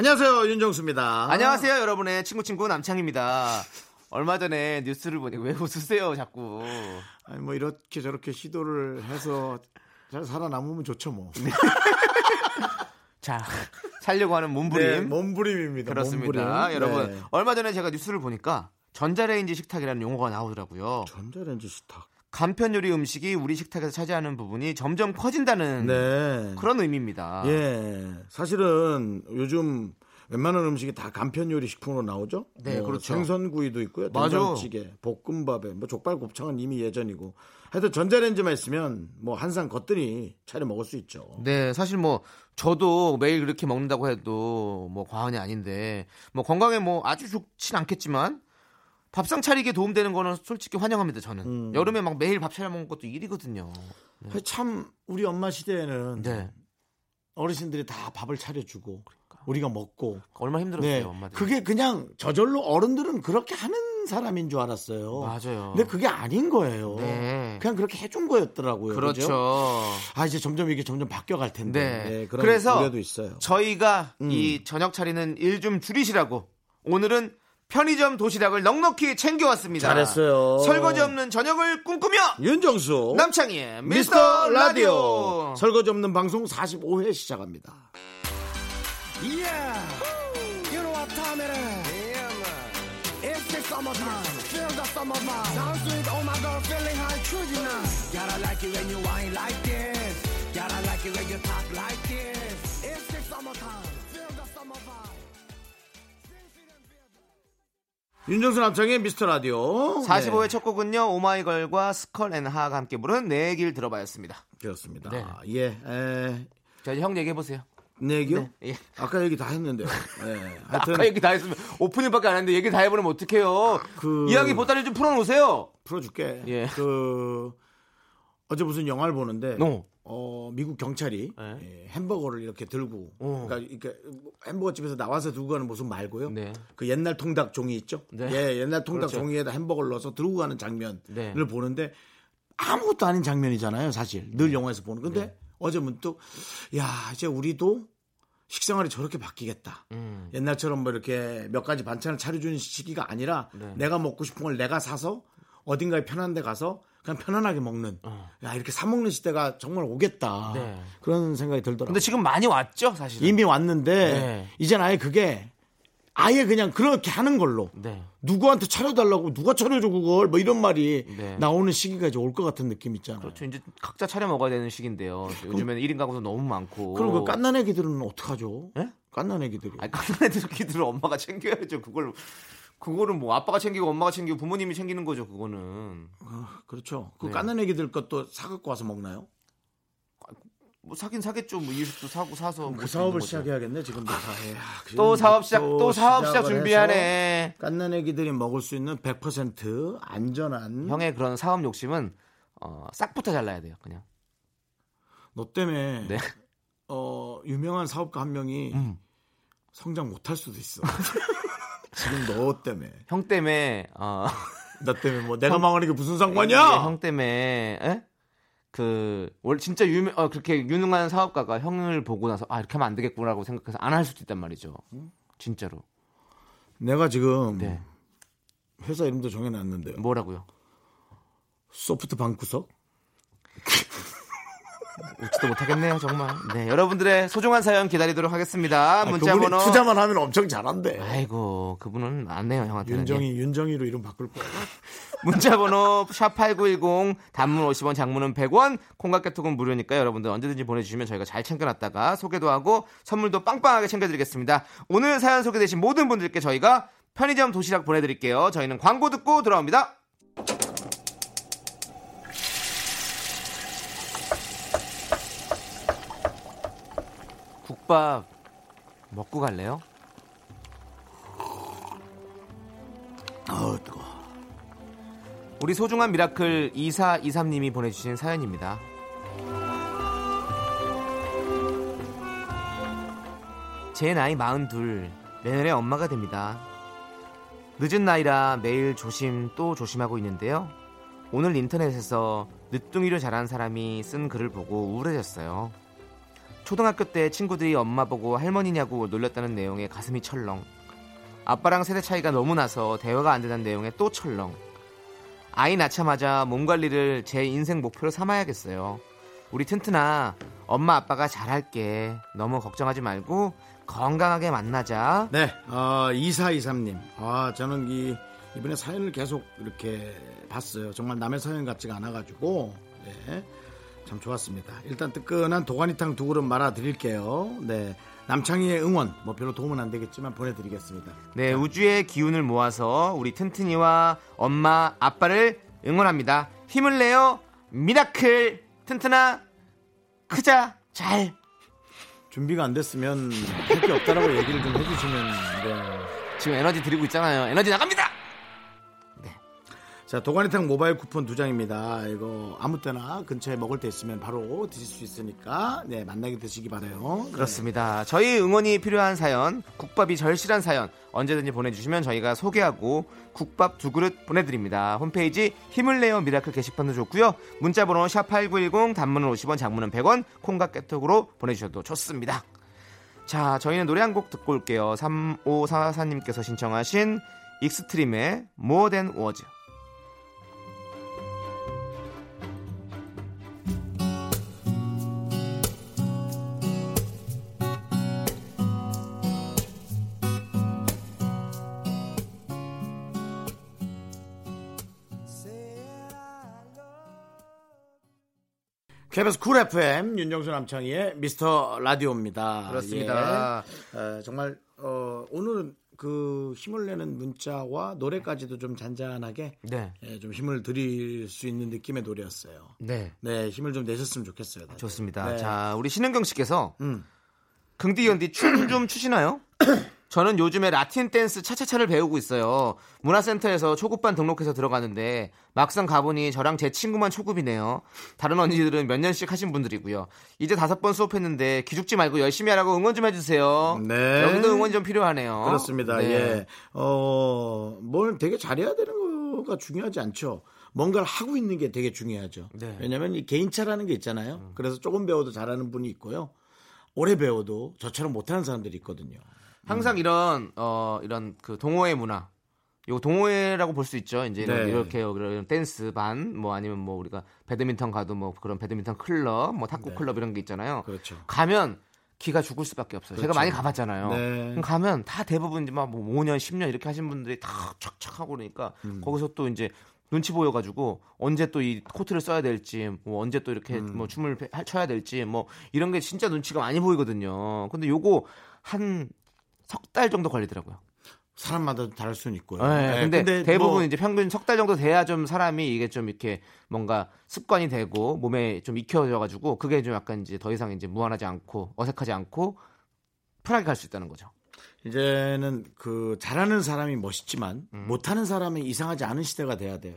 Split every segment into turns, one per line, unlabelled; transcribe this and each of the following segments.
안녕하세요 윤정수입니다
안녕하세요, 여러분의 친구 친구 남창입니다. 얼마 전에 뉴스를 보니 왜 웃으세요, 자꾸.
아니, 뭐 이렇게 저렇게 시도를 해서 잘 살아남으면 좋죠 뭐
네. 자, 살려고 하는 몸부림.
네, 몸부림입니다
그렇습니다,
몸부림.
여러분.
네.
얼마 전에 제가 뉴스를 보니까 전자레인지 식탁이라는 용어가 나오더라고요.
전자레인지 식탁
간편 요리 음식이 우리 식탁에서 차지하는 부분이 점점 커진다는
네
그런 의미입니다.
예 사실은 요즘 웬만한 음식이 다 간편 요리 식품으로 나오죠. 뭐
네, 그렇죠.
생선구이도 있고요,
맞아.
된장찌개, 볶음밥에 뭐 족발, 곱창은 이미 예전이고. 하여튼 전자레인지만 있으면 뭐 한상 것들이 차려 먹을 수 있죠.
네, 사실 뭐 저도 매일 그렇게 먹는다고 해도 뭐 과언이 아닌데 뭐 건강에 뭐 아주 좋진 않겠지만 밥상 차리기에 도움되는 거는 솔직히 환영합니다. 저는
음.
여름에 막 매일 밥 차려 먹는 것도 일이거든요.
참 우리 엄마 시대에는
네,
어르신들이 다 밥을 차려주고 우리가 먹고
얼마나 힘들었어요,
네.
그러니까. 그렇죠, 엄마들.
그게 그냥 저절로 어른들은 그렇게 하는 사람인 줄 알았어요.
맞아요.
뭐 근데 그게 아닌 거예요.
네.
그냥 그렇게 해준 거였더라고요.
그렇죠.
그죠? 아 이제 점점 이게 점점 바뀌어 갈 텐데.
네.
그런
그래서
우려도 있어요. 음.
저희가 이 저녁 차리는 일 좀 줄이시라고 오늘은 편의점 도시락을 넉넉히 챙겨왔습니다.
잘했어요.
설거지 없는 저녁을 꿈꾸며
윤정수
남창희의
어? 미스터
미스터
라디오
라디오.
설거지 없는 방송 45회 시작합니다. Oh 윤정수 남창의 미스터 라디오
45의
네,
첫 곡은요 오마이걸과 스컬 앤 하가 함께 부른 내 얘기를 들어봐였습니다
그렇습니다.
네.
예, 에,
자 이제 형 얘기해보세요
내기요?
예.
아까 얘기 다 했는데요. 예. 하여튼
아까 얘기 다 했으면 오프닝밖에 안 했는데 얘기 다 해버리면 어떡해요
그-
이야기 보따리 좀 풀어놓으세요
풀어줄게.
예.
그 어제 무슨 영화를 보는데
어.
어, 미국 경찰이
예. 어.
예, 햄버거를 이렇게 들고 그러니까, 이렇게 햄버거 집에서 나와서 들고 가는 모습 말고요.
네.
그 옛날 통닭 종이 있죠.
네.
예, 옛날 통닭
그렇죠.
종이에다 햄버거를 넣어서 들고 가는 장면을
네.
보는데 아무것도 아닌 장면이잖아요, 사실.
네.
늘 영화에서 보는. 근데 어제 문득 야 이제 우리도 식생활이 저렇게 바뀌겠다.
음.
옛날처럼 뭐 이렇게 몇 가지 반찬을 차려주는 시기가 아니라
네.
내가 먹고 싶은 걸 내가 사서 어딘가에 편한 데 가서 그냥 편안하게 먹는 야 이렇게 사 먹는 시대가 정말 오겠다
어. 네.
그런 생각이 들더라고요.
근데 지금 많이 왔죠 사실
이미 왔는데
네.
이젠 아예 그게 아예 그냥 그렇게 하는 걸로
네.
누구한테 차려달라고 누가 차려줘 그걸 뭐 이런 말이
네.
나오는 시기가 이제 올 것 같은 느낌 있잖아요.
그렇죠 이제 각자 차려 먹어야 되는 시기인데요 요즘에는 1인 가구도 너무 많고
그럼 그 깐난 애기들은 어떡하죠?
예?
깐난 애기들이.
아니 깐난애들끼들 엄마가 챙겨야죠 그걸 그거는 뭐 아빠가 챙기고 엄마가 챙기고 부모님이 챙기는 거죠 그거는
아, 그렇죠. 그
네.
깐난 애기들 것도 사갖고 와서 먹나요?
뭐 사긴 사겠죠 뭐 이유식도 사고 사서
그 사업을
시작해
시작해야겠네 지금 다. 예, 아, 지금
또 사업 시작
또
또 사업 시작
시작을
준비하네.
해서 깐난 애기들이 먹을 수 있는 100% 안전한
형의 그런 사업 욕심은 어, 싹부터 잘라야 돼요. 그냥.
너 때문에
네. 음.
어, 유명한 사업가 한 명이 성장 못할 수도 있어. 지금 너 때문에
형 때문에 어,
나 때문에 뭐 내가 망하는 게 무슨
예,
상관이야?
형 때문에 에? 그 원래 진짜 유명 어, 그렇게 유능한 사업가가 형을 보고 나서 아 이렇게 하면 안 되겠구나라고 생각해서 안 할 수도 있단 말이죠.
음?
진짜로.
내가 지금
네.
회사 이름도 정해놨는데 요
뭐라고요?
소프트 방구석.
웃지도 못하겠네요 정말. 네 여러분들의 소중한 사연 기다리도록 하겠습니다.
아, 그분이
문자번호.
투자만 하면 엄청 잘한대.
아이고 그분은 안 해요 형한테는.
윤정이 윤정이로 이름 바꿀 거야.
문자번호 샵8910 단문 50원 장문은 100원 콩깍개톡은 무료니까 여러분들 언제든지 보내주시면 저희가 잘 챙겨놨다가 소개도 하고 선물도 빵빵하게 챙겨드리겠습니다 오늘 사연 소개되신 모든 분들께 저희가 편의점 도시락 보내드릴게요 저희는 광고 듣고 돌아옵니다 국밥 먹고 갈래요? 우리 소중한 미라클 2423님이 보내주신 사연입니다. 제 나이 42 내년에 엄마가 됩니다. 늦은 나이라 매일 조심 또 조심하고 있는데요. 오늘 인터넷에서 늦둥이로 자란 사람이 쓴 글을 보고 우울해졌어요. 초등학교 때 친구들이 엄마 보고 할머니냐고 놀렸다는 내용에 가슴이 철렁. 아빠랑 세대 차이가 너무 나서 대화가 안 되는 내용에 또 철렁. 아이 낳자마자 몸 관리를 제 인생 목표로 삼아야겠어요. 우리 튼튼아, 엄마 아빠가 잘할게. 너무 걱정하지 말고 건강하게 만나자.
네, 어, 2423님. 아, 저는 이, 이번에 사연을 계속 이렇게 봤어요. 정말 남의 사연 같지가 않아가지고, 네, 참 좋았습니다. 일단 뜨끈한 도가니탕 두 그릇 말아 드릴게요. 네, 남창희의 응원, 뭐 별로 도움은 안 되겠지만 보내드리겠습니다.
네, 우주의 기운을 모아서 우리 튼튼이와 엄마, 아빠를 응원합니다. 힘을 내요. 미라클 튼튼아 크자 잘
준비가 안 됐으면 할 게 없다라고 얘기를 좀 해주시면, 네.
지금 에너지 드리고 있잖아요. 에너지 나갑니다.
자, 도가니탕 모바일 쿠폰 두 장입니다. 이거 아무 때나 근처에 먹을 때 있으면 바로 드실 수 있으니까, 네, 만나게 드시기 바라요. 네.
그렇습니다. 저희 응원이 필요한 사연, 국밥이 절실한 사연 언제든지 보내주시면 저희가 소개하고 국밥 두 그릇 보내드립니다. 홈페이지 힘을 내요 미라클 게시판도 좋고요. 문자번호 샵8910 단문은 50원 장문은 100원 콩과 깨톡으로 보내주셔도 좋습니다. 자 저희는 노래 한 곡 듣고 올게요. 3544님께서 신청하신 익스트림의 More Than Words
KBS 쿨 FM 윤정수 남창희의 미스터 라디오입니다.
그렇습니다.
예. 어, 정말 어, 오늘은 그 힘을 내는 문자와 노래까지도 좀 잔잔하게
네.
예, 좀 힘을 드릴 수 있는 느낌의 노래였어요.
네
네, 힘을 좀 내셨으면 좋겠어요. 다들.
좋습니다.
네.
자 우리 신은경 씨께서
음.
긍디 견디 춤 좀 추시나요? 저는 요즘에 라틴 댄스 차차차를 배우고 있어요. 문화센터에서 초급반 등록해서 들어가는데 막상 가보니 저랑 제 친구만 초급이네요. 다른 언니들은 몇 년씩 하신 분들이고요. 이제 다섯 번 수업했는데 기죽지 말고 열심히 하라고 응원 좀 해주세요.
네.
여기도 응원 좀 필요하네요.
그렇습니다.
네.
예. 어, 뭘 되게 잘해야 되는 거가 중요하지 않죠. 뭔가를 하고 있는 게 되게 중요하죠.
네. 음.
왜냐하면 이 개인차라는 게 있잖아요. 그래서 조금 배워도 잘하는 분이 있고요. 오래 배워도 저처럼 못하는 사람들이 있거든요.
항상
음.
이런 어 이런 그 동호회 문화 요 동호회라고 볼 수 있죠. 이제 이런,
네.
이렇게 이런 댄스 반 뭐 아니면 뭐 우리가 배드민턴 가도 뭐 그런 배드민턴 클럽 뭐 탁구 클럽 이런 게 있잖아요.
네. 그렇죠.
가면 기가 죽을 수밖에 없어요. 제가 많이 가봤잖아요.
네.
그럼 가면 다 대부분 이제 막뭐 5년, 10년 이렇게 하신 분들이 다 척척 하고 그러니까
음.
거기서 또 이제 눈치 보여가지고 언제 또 이 코트를 써야 될지 뭐 언제 또 이렇게
음.
뭐 춤을 배- 할- 춰야 될지 뭐 이런 게 진짜 눈치가 많이 보이거든요. 근데 요거 한 석 달 정도 걸리더라고요.
사람마다 좀 다를 수는 있고요.
네,
예,
근데, 대부분
뭐
이제 평균 석 달 정도 돼야 좀 사람이 이게 좀 이렇게 뭔가 습관이 되고 몸에 좀 익혀져가지고 그게 좀 약간 이제 더 이상 이제 무한하지 않고 어색하지 않고 편하게 갈 수 있다는 거죠.
이제는 그 잘하는 사람이 멋있지만
음.
못하는 사람이 이상하지 않은 시대가 돼야 돼요.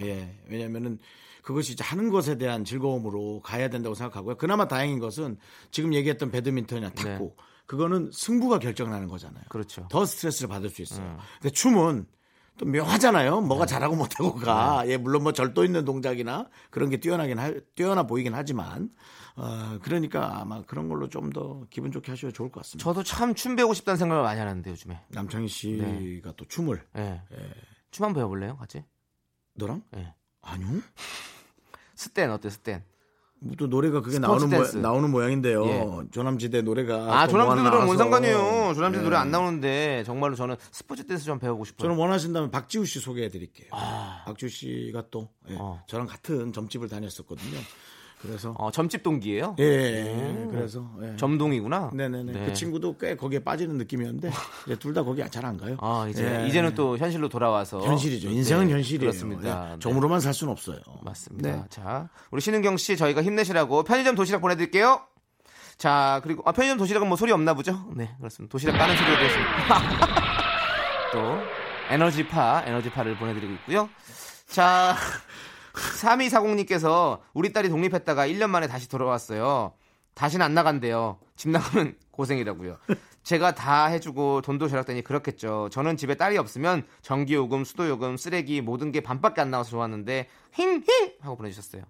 예, 왜냐면은 그것이 이제 하는 것에 대한 즐거움으로 가야 된다고 생각하고요. 그나마 다행인 것은 지금 얘기했던 배드민턴이나 탁구 그거는 승부가 결정나는 거잖아요.
네. 그렇죠. 음.
더 스트레스를 받을 수 있어요. 근데 춤은 또 묘하잖아요. 뭐가
네.
잘하고 못하고 가. 예, 물론 뭐 절도 있는 동작이나 그런 게 뛰어나긴 하, 뛰어나 보이긴 하지만 어, 그러니까 아마 그런 걸로 좀 더 기분 좋게 하셔야 좋을 것 같습니다.
저도 참 춤 배우고 싶다는 생각을 많이 하는데 요즘에.
남창희 씨가
네.
또 춤을
예. 춤 한번 배워볼래요, 같이?
너랑?
예.
아니요.
스탠 어때, 스탠?
뭐또 노래가 그게
스포츠
나오는 모,
댄스.
나오는 모양인데요.
예.
조남지대 노래가
아,
또
조남지
뭐 하나
노래랑 뭔
나와서.
상관이에요? 조남지
예.
노래 안 나오는데 정말로 저는 스포츠 댄스 좀 배우고 싶어요.
저는 원하신다면 박지우 씨 소개해 드릴게요. 박지우 씨가 또 예,
아. 어.
저랑 같은 점집을 다녔었거든요. 그래서
어, 점집 동기예요?
예, 예, 그래서 예.
점동이구나.
네네네.
네.
그 친구도 꽤 거기에 빠지는 느낌이었는데 둘 다 거기 잘 안 가요.
아 이제
예.
이제는 또 현실로 돌아와서
현실이죠. 인생은
네,
현실이에요.
그렇습니다.
예,
네,
점으로만 살 수는 없어요.
맞습니다.
네.
자 우리 신은경 씨 저희가 힘내시라고 편의점 도시락 보내드릴게요. 자 그리고 아 편의점 도시락은 뭐 소리 없나 보죠? 네 그렇습니다. 도시락 까는 소리로 되었습니다. 또 에너지파 에너지파를 보내드리고 있고요. 자, 3240님께서 우리 딸이 독립했다가 1년 만에 다시 돌아왔어요. 다시는 안 나간대요. 집 나가면 고생이라고요. 제가 다 해주고 돈도 절약되니 그렇겠죠. 저는 집에 딸이 없으면 전기요금, 수도요금, 쓰레기 모든 게 반밖에 안 나와서 좋았는데 힝힝 하고 보내주셨어요.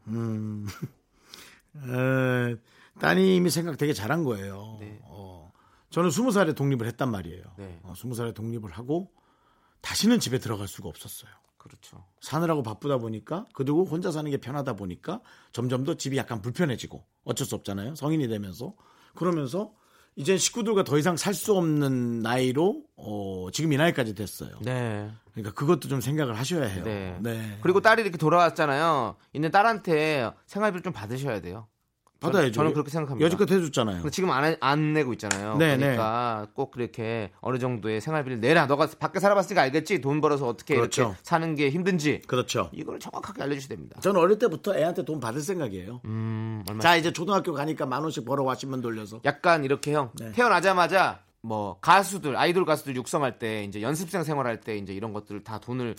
에, 따님이 생각 되게 잘한 거예요. 어, 저는 스무 살에 독립을 했단 말이에요.
네.
어, 스무 살에 독립을 하고 다시는 집에 들어갈 수가 없었어요.
그렇죠.
사느라고 바쁘다 보니까 그리고 혼자 사는 게 편하다 보니까 점점 더 집이 약간 불편해지고 어쩔 수 없잖아요. 성인이 되면서 그러면서 이제 식구들과 더 이상 살 수 없는 나이로 어, 지금 이 나이까지 됐어요.
네.
그러니까 그것도 좀 생각을 하셔야 해요.
네.
네.
그리고 딸이 이렇게 돌아왔잖아요. 있는 딸한테 생활비를 좀 받으셔야 돼요.
받아야죠.
저는 그렇게 생각합니다.
여지껏 해줬잖아요.
근데 지금 안, 해- 안 내고 있잖아요.
음. 네,
그러니까 꼭 그렇게 어느 정도의 생활비를 내라. 너가 밖에 살아봤으니까 알겠지. 돈 벌어서 어떻게
그렇죠.
이렇게 사는 게 힘든지.
그렇죠.
이걸 정확하게 알려주셔야 됩니다.
저는 어릴 때부터 애한테 돈 받을 생각이에요.
음, 얼마?
자 이제 초등학교 가니까 만 원씩 벌어 와시면 돌려서
약간 이렇게 형
네.
태어나자마자 뭐 가수들 아이돌 가수들 육성할 때 이제 연습생 생활할 때 이제 이런 것들을 다 돈을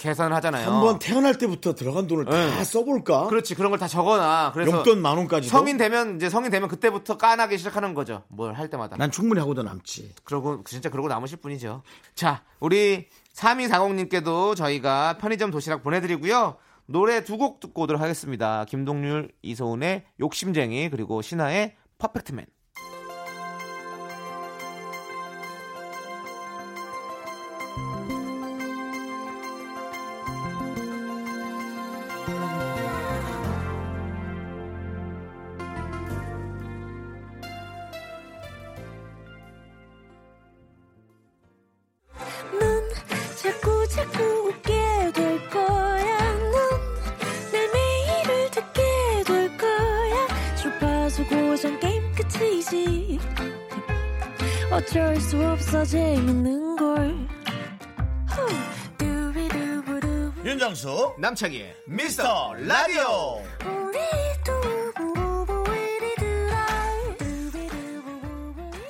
계산하잖아요.
한번 태어날 때부터 들어간 돈을 다
네.
써볼까?
그렇지 그런 걸 다 적어놔. 그래서
용돈 만 원까지.
성인 되면 이제 성인 되면 그때부터 까나기 시작하는 거죠. 뭘 할 때마다.
난 충분히 하고도 남지.
그러고 진짜 그러고 남으실 분이죠. 자, 우리 3240님께도 저희가 편의점 도시락 보내드리고요. 노래 두 곡 듣고 오도록 하겠습니다. 김동률, 이소은의 욕심쟁이 그리고 신하의 퍼펙트맨.
넌 자꾸 자꾸 웃게 될 거야. 넌내 매일을 듣게 될 거야. 주파수 고정 게임 끝이지. 어쩔 수 없어 재밌는 걸. 후. 두비두부두.
윤정수
남창희의
미스터 라디오.
우리 두부부부 우리 두라. 두비두부부부 우리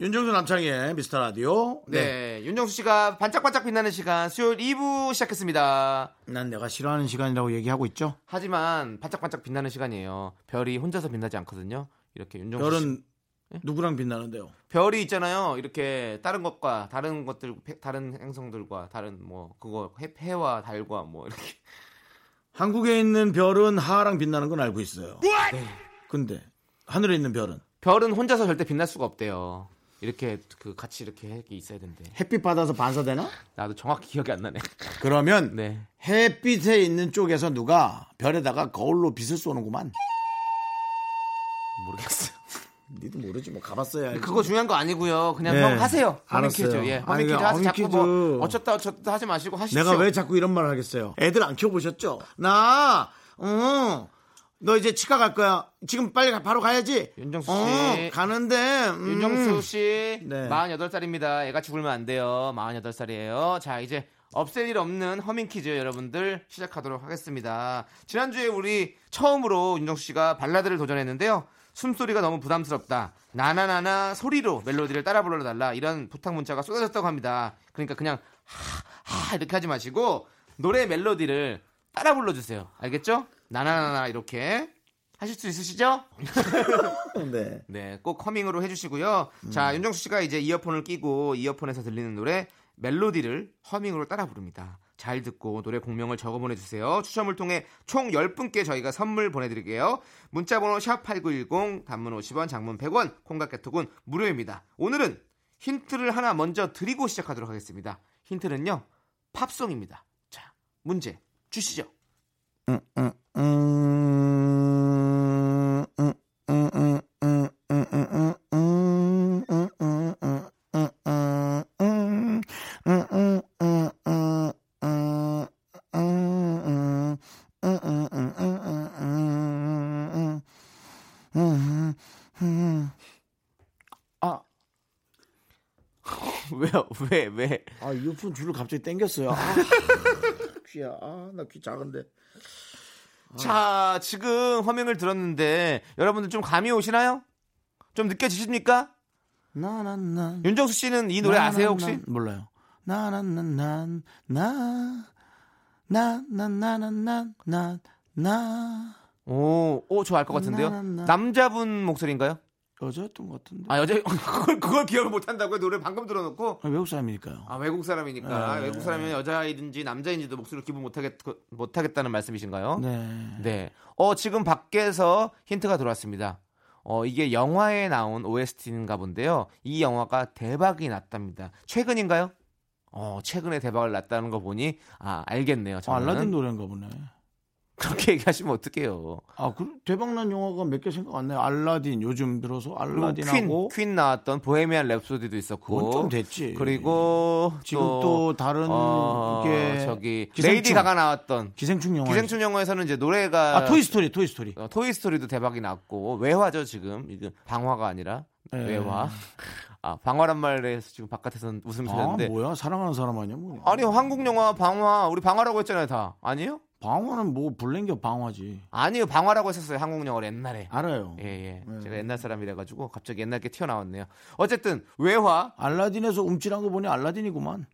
윤정수 남창의 미스터 라디오. 네.
네, 윤정수 씨가 반짝반짝 빛나는 시간 수요일 2부 시작했습니다.
난 내가 싫어하는 시간이라고 얘기하고 있죠.
하지만 반짝반짝 빛나는 시간이에요. 별이 혼자서 빛나지 않거든요. 이렇게 윤정수 씨 예?
별은 누구랑 빛나는데요?
별이 있잖아요. 이렇게 다른 것과 다른 것들 다른 행성들과 다른 뭐 그거 해, 해와 달과 뭐 이렇게
한국에 있는 별은 하하랑 빛나는 건 알고 있어요. 네. 근데 하늘에 있는 별은
별은 혼자서 절대 빛날 수가 없대요. 이렇게 그 같이 이렇게 이렇게 있어야 된대.
햇빛 받아서 반사되나?
나도 정확히 기억이 안 나네.
그러면
네.
햇빛에 있는 쪽에서 누가 별에다가 거울로 빛을 쏘는구만.
모르겠어.
니도 모르지 뭐 가봤어야 알지.
그거 중요한 거 아니고요. 그냥
네.
형 하세요.
알았어요.
허밍키즈. 예.
아니,
허밍키즈
그
하세요. 자꾸 뭐
허밍키즈.
어쩌다 어쩌다 하지 마시고 하십시오.
내가 왜 자꾸 이런 말을 하겠어요? 애들 안 키워보셨죠? 나, 어, 너 이제 치과 갈 거야. 지금 빨리 가- 바로 가야지.
윤정수
어,
씨.
가는데. 음.
윤정수 씨
네.
48살입니다. 애가 죽으면 안 돼요. 48살이에요. 자, 이제 없앨 일 없는 허밍 퀴즈 여러분들 시작하도록 하겠습니다. 지난주에 우리 처음으로 윤정수 씨가 발라드를 도전했는데요. 숨소리가 너무 부담스럽다. 나나나나 소리로 멜로디를 따라 불러달라. 이런 부탁 문자가 쏟아졌다고 합니다. 그러니까 그냥 하, 하 이렇게 하지 마시고 노래 멜로디를 따라 불러주세요. 알겠죠? 나나나나 이렇게 하실 수 있으시죠?
네.
네, 꼭 커밍으로 해주시고요. 자, 윤정수 씨가 이제 이어폰을 끼고 이어폰에서 들리는 노래 멜로디를 허밍으로 따라 부릅니다. 잘 듣고 노래 공명을 적어 보내주세요. 추첨을 통해 총 10분께 저희가 선물 보내드릴게요. 문자번호 샵8910 단문 50원 장문 100원 콩깍개톡은 무료입니다. 오늘은 힌트를 하나 먼저 드리고 시작하도록 하겠습니다. 힌트는요. 팝송입니다. 자, 문제 주시죠. 왜요? 왜? 왜?
아, 이어폰 줄을 갑자기 땡겼어요. 아, 귀야. 아, 나 귀 작은데.
어. 자, 지금 허밍을 들었는데 여러분들 좀 감이 오시나요? 좀 느껴지십니까?
나나나.
윤정수 씨는 이 노래 아세요 혹시?
몰라요. 나나나나. 나. 나, 나, 나, 나, 나, 나, 나.
오, 오, 저 알 것 같은데요.
나나나.
남자분 목소리인가요?
여자였던 것 같은데.
아, 여자 그걸 그걸 기억을 못 한다고요. 노래 방금 들어놓고.
아, 외국 사람이니까요.
아, 외국 사람이니까.
네.
외국 사람이면 여자이든지 남자인지도 목소리를 기분 못 하겠 못 하겠다는 말씀이신가요?
네.
네. 어, 지금 밖에서 힌트가 들어왔습니다. 어, 이게 영화에 나온 OST인가 본데요. 이 영화가 대박이 났답니다. 최근인가요? 어, 최근에 대박을 났다는 거 보니, 아, 알겠네요.
아,
저는.
알라딘 노래인가 보네.
그렇게 얘기하시면 어떡해요.
아, 그 대박난 영화가 몇 개 생각 안 나요. 알라딘 요즘 들어서
그리고 퀸,
알라딘하고
퀸 나왔던 보헤미안 랩소디도
그건
있었고.
좀 됐지.
그리고
지금 또 다른
어,
게
저기
기생충.
레이디 가가 나왔던
기생충 영화.
기생충 영화에서는 이제 노래가
아, 토이스토리, 토이스토리.
어, 토이스토리도 대박이 났고 외화죠 지금 이거 방화가 아니라
예.
외화 아 방화란 말에서 지금 바깥에서는 웃음이
아,
나는데
뭐야? 사랑하는 사람 아니야? 뭐.
아, 니요 한국 영화 방화 우리 방화라고 했잖아요 다 아니요
방화는 뭐 불랭겨 방화지.
아니요 방화라고 했었어요 한국 영화를 옛날에
알아요.
예예
예.
제가 옛날 사람이라 가지고 갑자기 옛날 게 튀어나왔네요 어쨌든 외화
알라딘에서 움찔한 거 보니 알라딘이구만.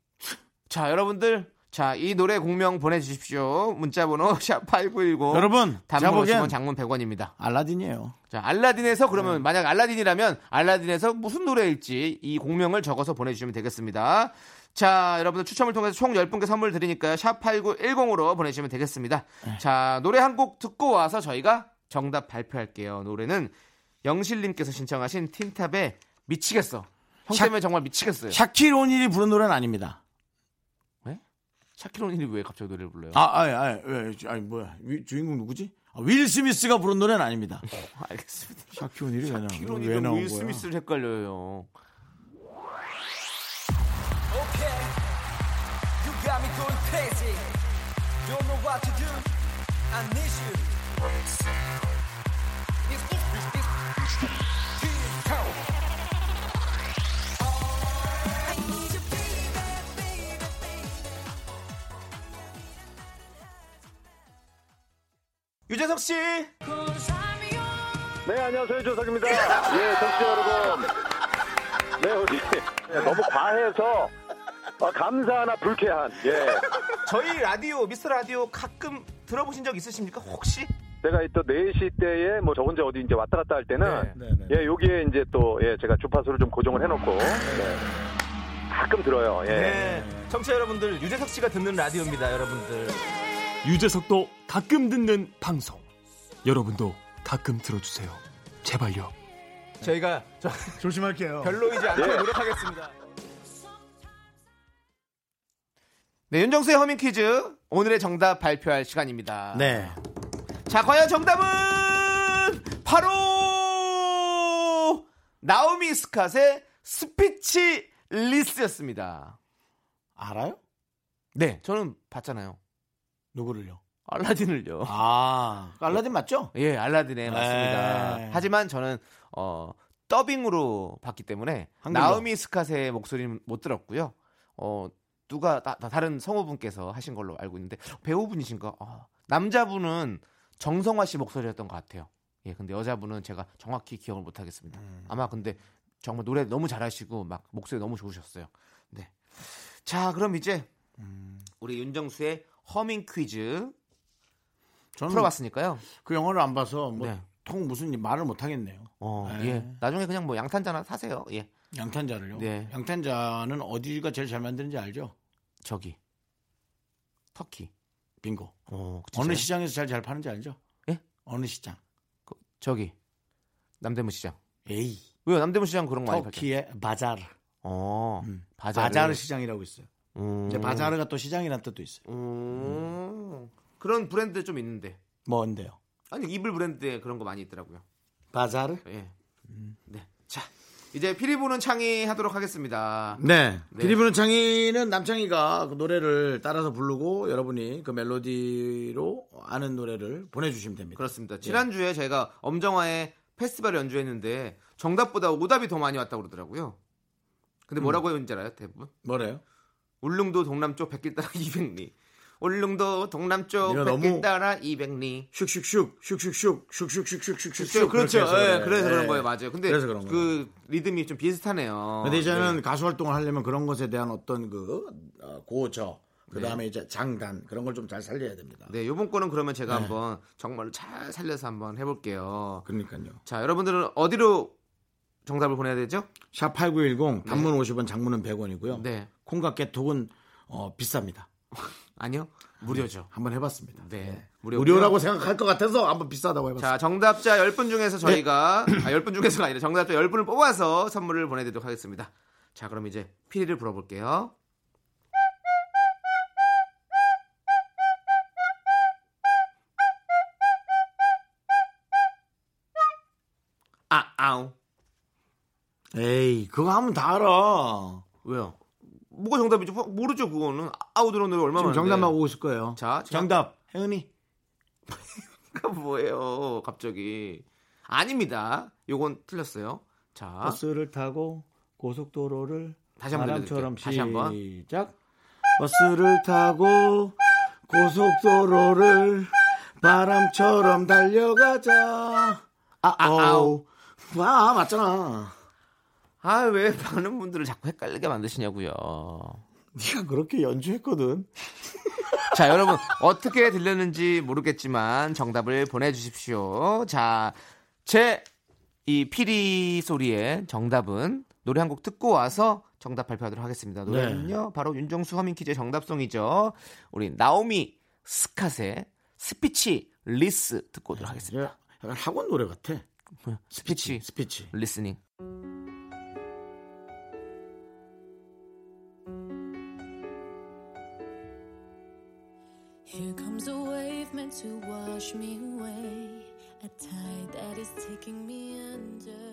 자 여러분들 자 이 노래 공명 보내주십시오 문자번호 샵8910
여러분, 제가
단문
보기엔
50원 장문 100원입니다
알라딘이에요.
자, 알라딘에서 그러면 만약 알라딘이라면 알라딘에서 무슨 노래일지 이 공명을 적어서 보내주시면 되겠습니다. 자, 여러분들 추첨을 통해서 총 10분께 선물 드리니까요. 샵8910으로 보내주시면 되겠습니다. 자, 노래 한 곡 듣고 와서 저희가 정답 발표할게요. 노래는 영실님께서 신청하신 틴탑의 미치겠어. 형
샤-
때문에 정말 미치겠어요.
네. 샤키로닐이 부른 노래는 아닙니다.
샤키로니이 왜 갑자기 노래를 불러요?
아, 아니, 아니, 왜, 아니, 뭐야. 위- 주인공 누구지? 아, 윌 스미스가 부른 노래는 아닙니다.
알겠습니다.
샤키로닐이 왜, 나, 왜
샤키로니랑
나온
윌
거야?
스미스를 헷갈려요.
You got me going crazy. Don't know what to do. I need you. It's- it's- it's- it's- Here it comes. I need you, baby, baby, baby.
유재석 씨!
네, 안녕하세요. 조석입니다. 예, 청취자 여러분. 네, 우리 너무 과해서 어, 감사하나 불쾌한. 예.
저희 라디오, 미스터 라디오 가끔 들어보신 적 있으십니까? 혹시?
제가 또 4시 때에 뭐 저 혼자 어디 이제 왔다 갔다 할 때는
네, 네, 네.
예, 여기에 이제 또 예, 제가 주파수를 좀 고정을 해 놓고 가끔 들어요. 예.
네. 청취자 여러분들, 유재석 씨가 듣는 라디오입니다, 여러분들.
유재석도 가끔 듣는 방송. 여러분도 가끔 들어주세요. 제발요.
저희가 저-
조심할게요.
별로이지 않게 노력하겠습니다. 네, 윤정수의 허밍 퀴즈. 오늘의 정답 발표할 시간입니다.
네.
자, 과연 정답은 바로 나오미 스캇의 스피치 리스였습니다.
알아요?
네, 저는 봤잖아요.
누구를요?
알라딘을요.
아, 알라딘 맞죠?
예, 알라딘에 맞습니다.
네.
하지만 저는 어 더빙으로 봤기 때문에
한글로.
나오미 스캇의 목소리는 못 들었고요. 어 누가 다, 다- 다른 성우분께서 하신 걸로 알고 있는데 배우분이신가? 아, 남자분은 정성화 씨 목소리였던 것 같아요. 예, 근데 여자분은 제가 정확히 기억을 못 하겠습니다.
음.
아마 근데 정말 노래 너무 잘하시고 막 목소리 너무 좋으셨어요. 네. 자, 그럼 이제
음.
우리 윤정수의 허밍 퀴즈
저는
풀어봤으니까요.
그 영화를 안 봐서 뭐
네.
통 무슨 말을 못 하겠네요.
어,
네.
예. 나중에 그냥 뭐 양탄자나 사세요. 예.
양탄자를요.
네.
양탄자는 어디가 제일 잘 만드는지 알죠?
저기. 터키.
빙고.
어,
어느 시장에서 제일 잘 파는지 알죠?
예?
어느 시장?
저기. 남대문 시장.
에이.
왜요? 남대문 시장 그런 거 많이 팔죠?
터키의 바자르.
어.
음.
바자르.
바자르 시장이라고 있어요.
음.
이제 바자르가 또 시장이라는 뜻도 있어요.
음. 그런 브랜드 좀 있는데.
뭔데요?
아니, 이불 브랜드에 그런 거 많이 있더라고요.
바자르?
예. 네. 자. 이제 피리 보는 창이 하도록 하겠습니다.
네.
네.
비리부는 창이는 남창이가 그 노래를 따라서 부르고 여러분이 그 멜로디로 아는 노래를 보내주시면 됩니다.
예, 그렇습니다. 지난주에 저희가 엄정화의 페스티벌 연주했는데 정답보다 오답이 더 많이 왔다고 그러더라고요. 근데
음.
뭐라고 했는지 알아요? 대부분?
뭐래요?
울릉도 동남쪽 백길 따라 200리. 울릉도 동남쪽
이거
백길
너무-
따라 200리.
슉슉슉 슉슉슉 슉슉슉슉슉슉슉
그렇죠.
그렇게 해서 그래요.
예, 그래서
예.
그런 거예요, 맞아요. 근데
그래서 그런
그 리듬이 좀 비슷하네요.
근데 이제는
네.
가수 활동을 하려면 그런 것에 대한 어떤 그 고저 그 다음에 이제 장단 그런 걸 좀 잘 살려야 됩니다.
네, 요번 거는 그러면 제가 한번 정말로 잘 살려서 한번 해볼게요.
그러니까요.
자, 여러분들은 어디로 정답을 보내야 되죠?
샵 8910 단문 50원 장문은 100원이고요.
네.
콩과 깨톡은 어, 비쌉니다.
아니요, 무료죠.
한번 해봤습니다.
네, 무료고요.
무료라고 생각할 것 같아서 한번 비싸다고 해봤습니다.
자, 정답자 10분 중에서 저희가
네.
아, 10분 중에서가 아니라 정답자 10분을 뽑아서 선물을 보내드리도록 하겠습니다. 자, 그럼 이제 피리를 불어볼게요. 아, 아우.
에이 그거 하면 다 알아.
왜요? 뭐가 정답이죠? 모르죠, 그거는. 아우드론 노래 얼마나
지금
많은데.
정답만 오고 있을 거예요.
네. 자, 제가-
정답 혜은이.
그거 뭐예요, 갑자기. 아닙니다. 요건 틀렸어요. 자,
버스를 타고 고속도로를
아? 다시 한번
바람처럼
들려드릴게요. 다시 한번.
시작. 버스를 타고 고속도로를 바람처럼 달려가자. 아,
아,
아우. 와, 맞잖아.
아 왜 많은 분들을 자꾸 헷갈리게 만드시냐고요.
네가 그렇게 연주했거든.
자 여러분 어떻게 들렸는지 모르겠지만 정답을 보내주십시오. 자제 이 피리 소리의 정답은 노래 한 곡 듣고 와서 정답 발표하도록 하겠습니다.
네.
노래는요 바로 윤정수 허민키즈의 정답송이죠. 우리 나오미 스캇의 스피치 리스 듣고 오도록 하겠습니다.
예, 약간 학원 노래 같아.
스피치
스피치.
리스닝.
Here comes a wave meant to wash me away. A tide that is taking me under.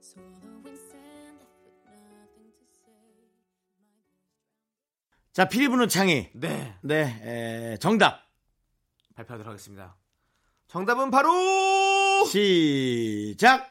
Swallowing sand, I've got nothing to say.
자, 피리 부는 창이.
네
네, 에, 정답.
발표하도록 하겠습니다. 정답은 바로
시작.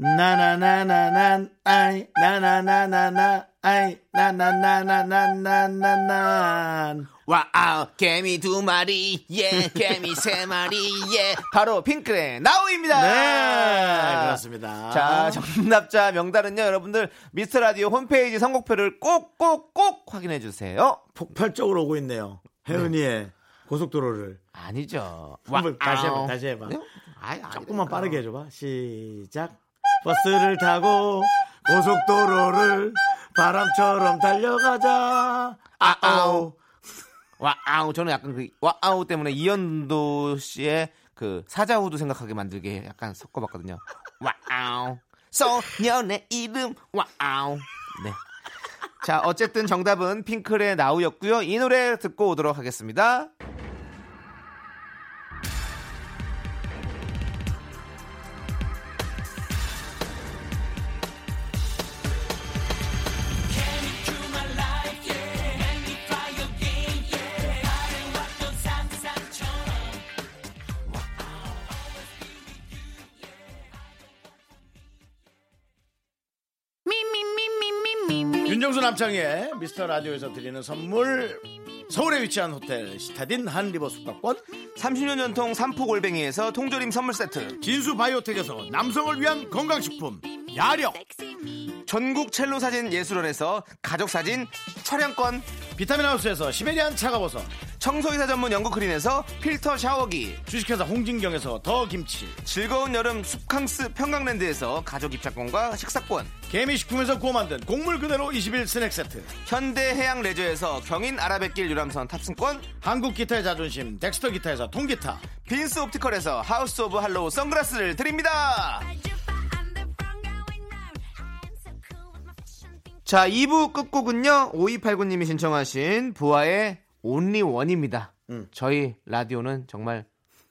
나나나나난 아이 나나나나나 아이 나나나나나나나난
와우 아, 개미 두 마리 예 개미 세 마리 예 바로 핑크의 나우입니다
네 그렇습니다.
자 정답자 명단은요 여러분들 미스터 라디오 홈페이지 선곡표를 꼭꼭꼭 확인해 주세요
폭발적으로 오고 있네요. 혜은이의 고속도로를
아니죠
한번 다시
와우.
해봐, 다시 해봐.
네? 아이, 아니라니까. 그러니까.
조금만 빠르게 해줘봐. 시작. 버스를 타고 고속도로를 바람처럼 달려가자. 아아오.
와우 저는 약간 그 와우 때문에 이현도 씨의 그 사자후도 생각하게 만들게 약간 섞어봤거든요. 와우 소년의 이름 와우 네. 자 어쨌든 정답은 핑클의 나우였고요. 이 노래 듣고 오도록 하겠습니다.
윤정수 남창의 미스터 라디오에서 드리는 선물 서울에 위치한 호텔 시타딘 한 리버 숙박권
30년 전통 삼포골뱅이에서 통조림 선물 세트
진수 바이오텍에서 남성을 위한 건강식품 야력
전국 첼로 사진 예술원에서 가족 사진 촬영권
비타민 하우스에서 시베리안 차가워서
청소이사 전문 영국 크린에서 필터 샤워기
주식회사 홍진경에서 더 김치
즐거운 여름 숲캉스 평강랜드에서 가족 입장권과 식사권
개미식품에서 구워 만든 곡물 그대로 21 스낵 세트
현대해양 레저에서 경인 아라뱃길 유람선 탑승권,
한국 기타의 자존심 덱스터 기타에서 통기타
빈스 옵티컬에서 하우스 오브 할로우 선글라스를 드립니다. 자, 2부 끝곡은요. 5289님이 신청하신 부하의 온리원입니다. 저희 라디오는 정말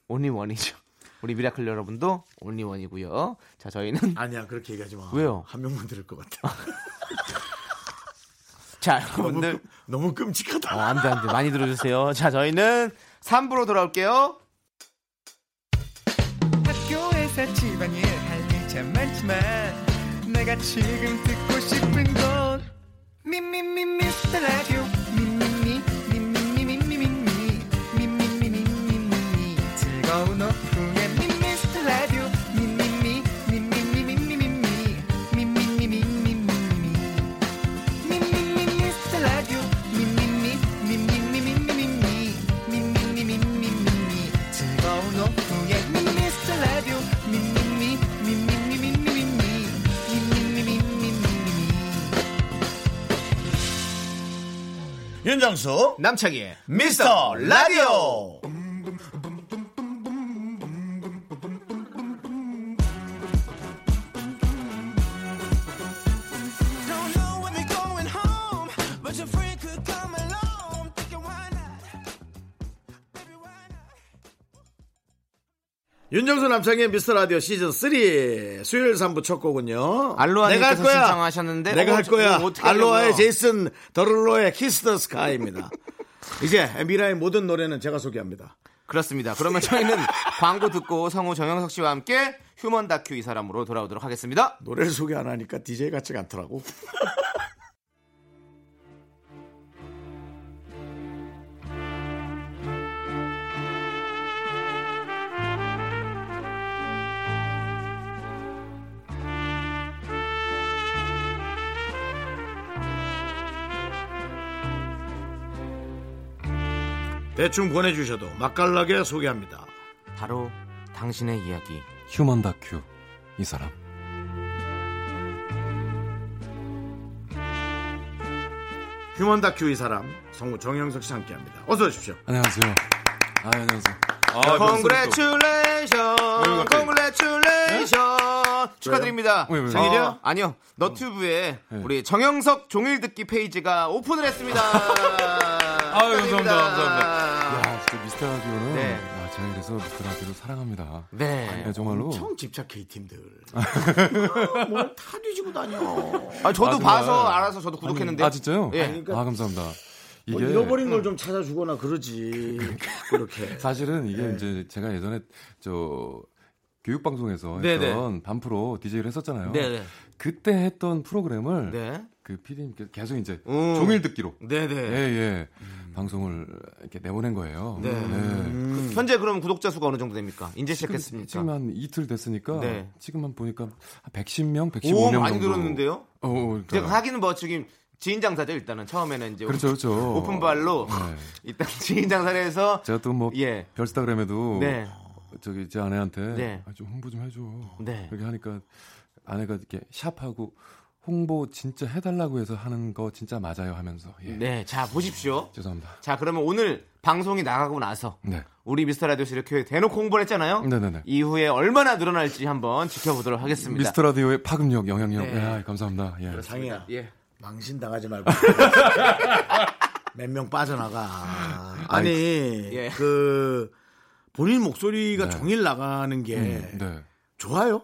온리원이죠. 우리 미라클 여러분도 온리원이고요. 자, 저희는
아니야 그렇게 얘기하지 마
왜요?
한 명만 들을 것 같아
자,
너무,
여러분들
끔- 너무 끔찍하다
어, 안 돼, 안 돼. 많이 들어주세요. 자, 저희는 3부로 돌아올게요.
학교에서 집안일 할 일 참 많지만 내가 지금 듣고 싶은 건 미미미 미스터 라디오 미미미 미미미 미미미 미미미 미미미 즐거운 오후에 미스터 라디오 미미미 미미미 미미미 미미미 미미미 미미미 미스터 라디오 미미미
윤정수
남창희의
미스터 라디오
Don't know when we're going home, but your friend could come along. Thinking why not? Baby, why not?
윤정수 남창의 미스터 라디오 시즌 3 수요일 3부 첫 곡은요 내가 할
알로아님께서
거야
신청하셨는데
내가
어,
할
저-
거야
이거 어떻게
알로아의
하려고요?
제이슨 더룰로의 키스 더 스카이입니다 이제 미라의 모든 노래는 제가 소개합니다
그렇습니다. 그러면 저희는 광고 듣고 성우 정영석 씨와 함께 휴먼 다큐 이 사람으로 돌아오도록 하겠습니다.
노래를 소개 안 하니까 DJ 같지가 않더라고 대충 보내주셔도 맛깔나게 소개합니다
바로 당신의 이야기.
휴먼 다큐 이 사람
휴먼 다큐 이 사람 성우 정영석 씨 함께합니다 어서 오십시오
안녕하세요. 아 안녕하세요.
콩그레츄레이션 콩그레츄레이션 축하드립니다.
네? 왜, 어. 네. 왜, 왜?
생일이요? 아니요. 너튜브에 우리 정영석 종일 듣기 페이지가 오픈을 했습니다. 아,
감사합니다, 감사합니다. 야 진짜 미스터 라디오는
네.
아, 제가 그래서 미스터 라디오를 사랑합니다.
네.
네, 정말로
엄청 집착해 이 팀들. 어. 뭘 다 뒤지고 다녀.
아, 저도
아, 정말.
봐서 알아서 저도 구독했는데.
아 진짜요?
예.
아 감사합니다.
뭐
이게
잃어버린 걸 좀 찾아주거나 그러지. 그러니까. 그렇게.
사실은 이게
네.
이제 제가 예전에 저 교육 방송에서
네네.
했던 반프로 DJ를 했었잖아요.
네네.
그때 했던 프로그램을
네.
그 PD님께서 계속 이제
음.
종일 듣기로
네네. 음.
예, 예. 방송을 이렇게 내보낸 거예요.
네. 그 현재 그럼 구독자 수가 어느 정도 됩니까? 이제 시작했습니까?
음. 지금 한 이틀 됐으니까
네.
지금만 보니까 한 110명, 115명
오,
정도.
많이 들었는데요?
어, 어,
제가
그러니까.
하기는 뭐 지금 지인 장사죠 일단은 처음에는 이제
그렇죠, 그렇죠.
오픈발로
네.
일단 지인 장사에서
제가 또 뭐
예.
별스타그램에도
네.
저기 제 아내한테
네.
아, 좀 홍보 좀 해줘.
네.
이렇게 하니까 아내가 이렇게 샵하고 홍보 진짜 해달라고 해서 하는 거 진짜 맞아요 하면서 예.
네, 자 보십시오.
죄송합니다.
자 그러면 오늘 방송이 나가고 나서
네.
우리 미스터 라디오에서 이렇게 대놓고 홍보를 했잖아요.
네네네.
이후에 얼마나 늘어날지 한번 지켜보도록 하겠습니다.
미스터 라디오의 파급력, 영향력.
네.
야, 감사합니다. 예.
상이야.
예.
망신 당하지 말고. 몇 명 빠져나가. 아니,
예.
그, 본인 목소리가
네.
종일 나가는 게
예.
음, 네.
좋아요.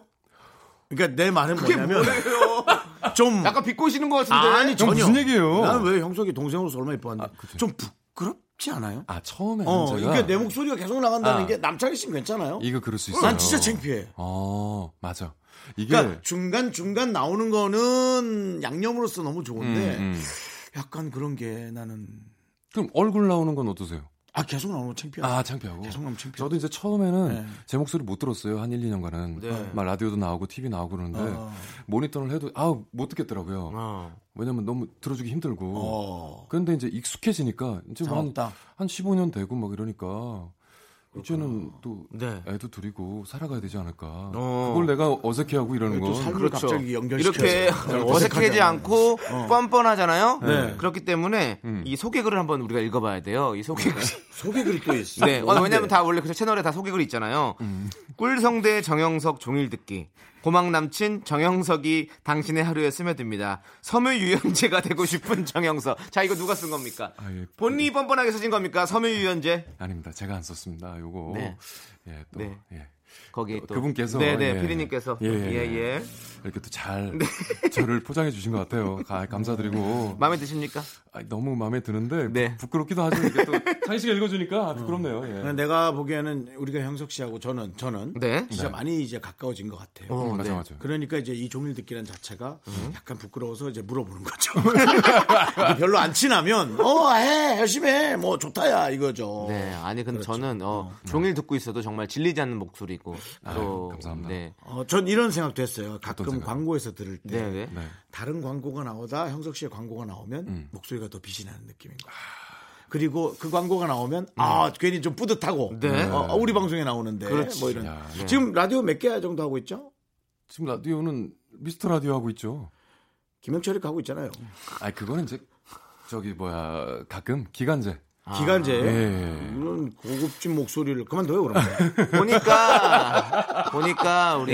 그러니까 내 말은 뭐냐면
뭐예요?
좀
약간 비꼬시는 것 같은데.
아니
형,
전혀
무슨 얘기예요?
나는 왜 형석이 동생으로서 얼마나 이뻐한데 좀 부끄럽지 않아요?
아, 처음에는
어,
제가
이게 내 목소리가 계속 나간다는
아.
게 남창희 씨는 괜찮아요?
이거 그럴 수 있어요.
난 진짜 창피해.
어, 맞아. 이게 음,
그러니까 중간 중간 나오는 거는 양념으로서 너무 좋은데
음, 음.
약간 그런 게 나는
그럼 얼굴 나오는 건 어떠세요?
아 계속 나오는 거 창피해.
아, 창피하고.
계속 나오면 창피해.
저도 이제 처음에는
네.
제 목소리 못 들었어요. 한 1, 2년간은.
네.
막 라디오도 나오고 TV 나오고 그러는데
어.
모니터를 해도 아, 못 듣겠더라고요.
어.
왜냐면 너무 들어주기 힘들고.
어.
그런데 이제 익숙해지니까 이제 뭐 한,
상없다.
한 15년 되고 막 이러니까 이제는 또
네.
애도 둘이고 살아가야 되지 않을까.
어.
그걸 내가 어색해하고
네,
이러는
또
건
삶을
그렇죠.
갑자기 연결시켜서
이렇게 어색하지 않고 뻔뻔하잖아요.
네.
그렇기 때문에 이 소개글을 한번 우리가 읽어봐야 돼요. 이 소개글.
소개글이 또 있어.
네, 어, 왜냐면 다 원래 그 채널에 다 소개글이 있잖아요. 꿀성대 정영석 종일 듣기. 고막 남친 정영석이 당신의 하루에 스며듭니다. 섬유 유연제가 되고 싶은 정영석. 자, 이거 누가 쓴 겁니까?
아, 예.
본인이 뻔뻔하게 쓰신 겁니까? 섬유 유연제?
아닙니다. 제가 안 썼습니다. 요거.
네.
예, 또.
네.
예.
거기
또
또
그분께서,
네네
예.
피디님께서
예,
예예
예. 이렇게 또 잘 저를 포장해 주신 것 같아요. 가- 감사드리고
마음에 드십니까?
아, 너무 마음에 드는데
네.
부끄럽기도 하죠. 이게 또 창식이 읽어주니까 아, 부끄럽네요. 예.
내가 보기에는 우리가 형석 씨하고 저는 저는
네.
진짜 많이 이제 가까워진 것 같아요.
어,
맞아
네.
맞아.
그러니까 이제 이 종일 듣기란 자체가
음.
약간 부끄러워서 이제 물어보는 거죠. 이게 별로 안 친하면 어 해 열심히 해 뭐 좋다야
어,
이거죠.
네, 아니 근데
그렇죠.
저는 어, 종일 듣고 있어도 정말 질리지 않는 목소리고 또
네. 감사합니다.
네.
어, 전 이런 생각도 했어요. 가끔
생각?
광고에서 들을 때
네, 네.
네.
다른 광고가 나오다 형석 씨의 광고가 나오면
음.
목소리가 더 빛이 나는 느낌인 거야. 그리고 그 광고가 나오면 아 괜히 좀 뿌듯하고
네.
어, 어, 우리 방송에 나오는데
그렇지. 네.
뭐 이런
야,
지금 라디오 몇 개 정도 하고 있죠?
지금 라디오는 미스터 라디오 하고 있죠.
김영철이 하고 그 있잖아요.
아 그거는 이제 저기 뭐야 가끔 기간제.
아,
기간제.
예.
네.
이런 고급진 목소리를 그만둬요, 그럼.
보니까 보니까 우리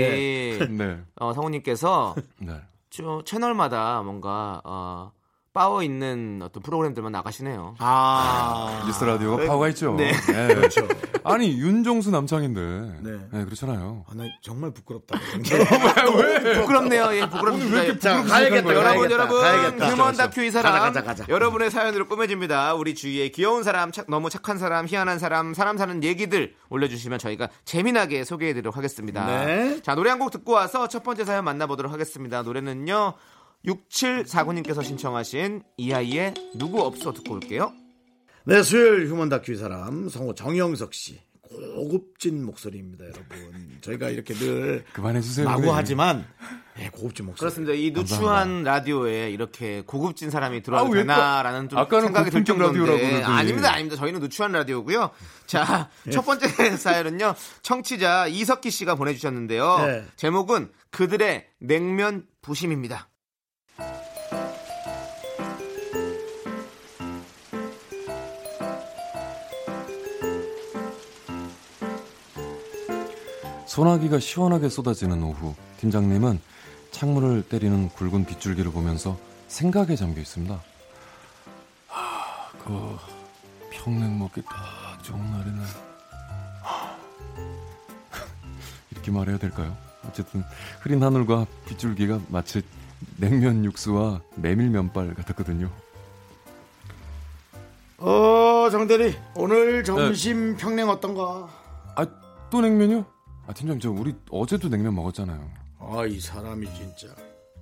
네.
어, 성우님께서
네.
저 채널마다 뭔가 어, 파워 있는 어떤 프로그램들만 나가시네요.
아.
미스 라디오가 파워가 있죠.
네.
그렇죠. 아니 윤종수 남창인데.
네.
네. 그렇잖아요.
아, 나 정말 부끄럽다.
부끄럽네요. 예, 부끄럽습니다.
자,
여러분 여러분 휴먼
가야겠다.
다큐 이 사람
가자, 가자, 가자.
여러분의 사연으로 꾸며집니다. 우리 주위에 귀여운 사람, 착- 너무 착한 사람, 희한한 사람, 사람 사는 얘기들 올려주시면 저희가 재미나게 소개해드리도록 하겠습니다.
네.
자 노래 한 곡 듣고 와서 첫 번째 사연 만나보도록 하겠습니다. 노래는요 6749님께서 신청하신 이하이의 누구 없어 듣고 올게요.
네, 수요일 휴먼 다큐 이 사람 성우 정영석 씨. 고급진 목소리입니다, 여러분. 저희가 이렇게 늘
그만해 주세요.
마구하지만 예, 고급진 목소리.
그렇습니다. 이 누추한 라디오에 이렇게 고급진 사람이 들어도
아, 왜
되나라는 좀
아까는
생각이 들
고품격 라디오라고
정도인데
그러더니. 네.
아닙니다, 아닙니다. 저희는 누추한 라디오고요. 자, 첫 번째 사연은요. 청취자 이석기 씨가 보내주셨는데요.
네.
제목은 그들의 냉면 부심입니다.
소나기가 시원하게 쏟아지는 오후 팀장님은 창문을 때리는 굵은 빗줄기를 보면서 생각에 잠겨 있습니다. 하, 그 평냉 먹기 딱 좋은 날이네. 하, 이렇게 말해야 될까요? 어쨌든 흐린 하늘과 빗줄기가 마치 냉면 육수와 메밀 면발 같았거든요.
어, 정대리. 오늘
네.
점심 평냉 어떤가?
아 또 냉면요? 아 팀장님 저 우리 어제도 냉면 먹었잖아요.
아, 이 사람이 진짜.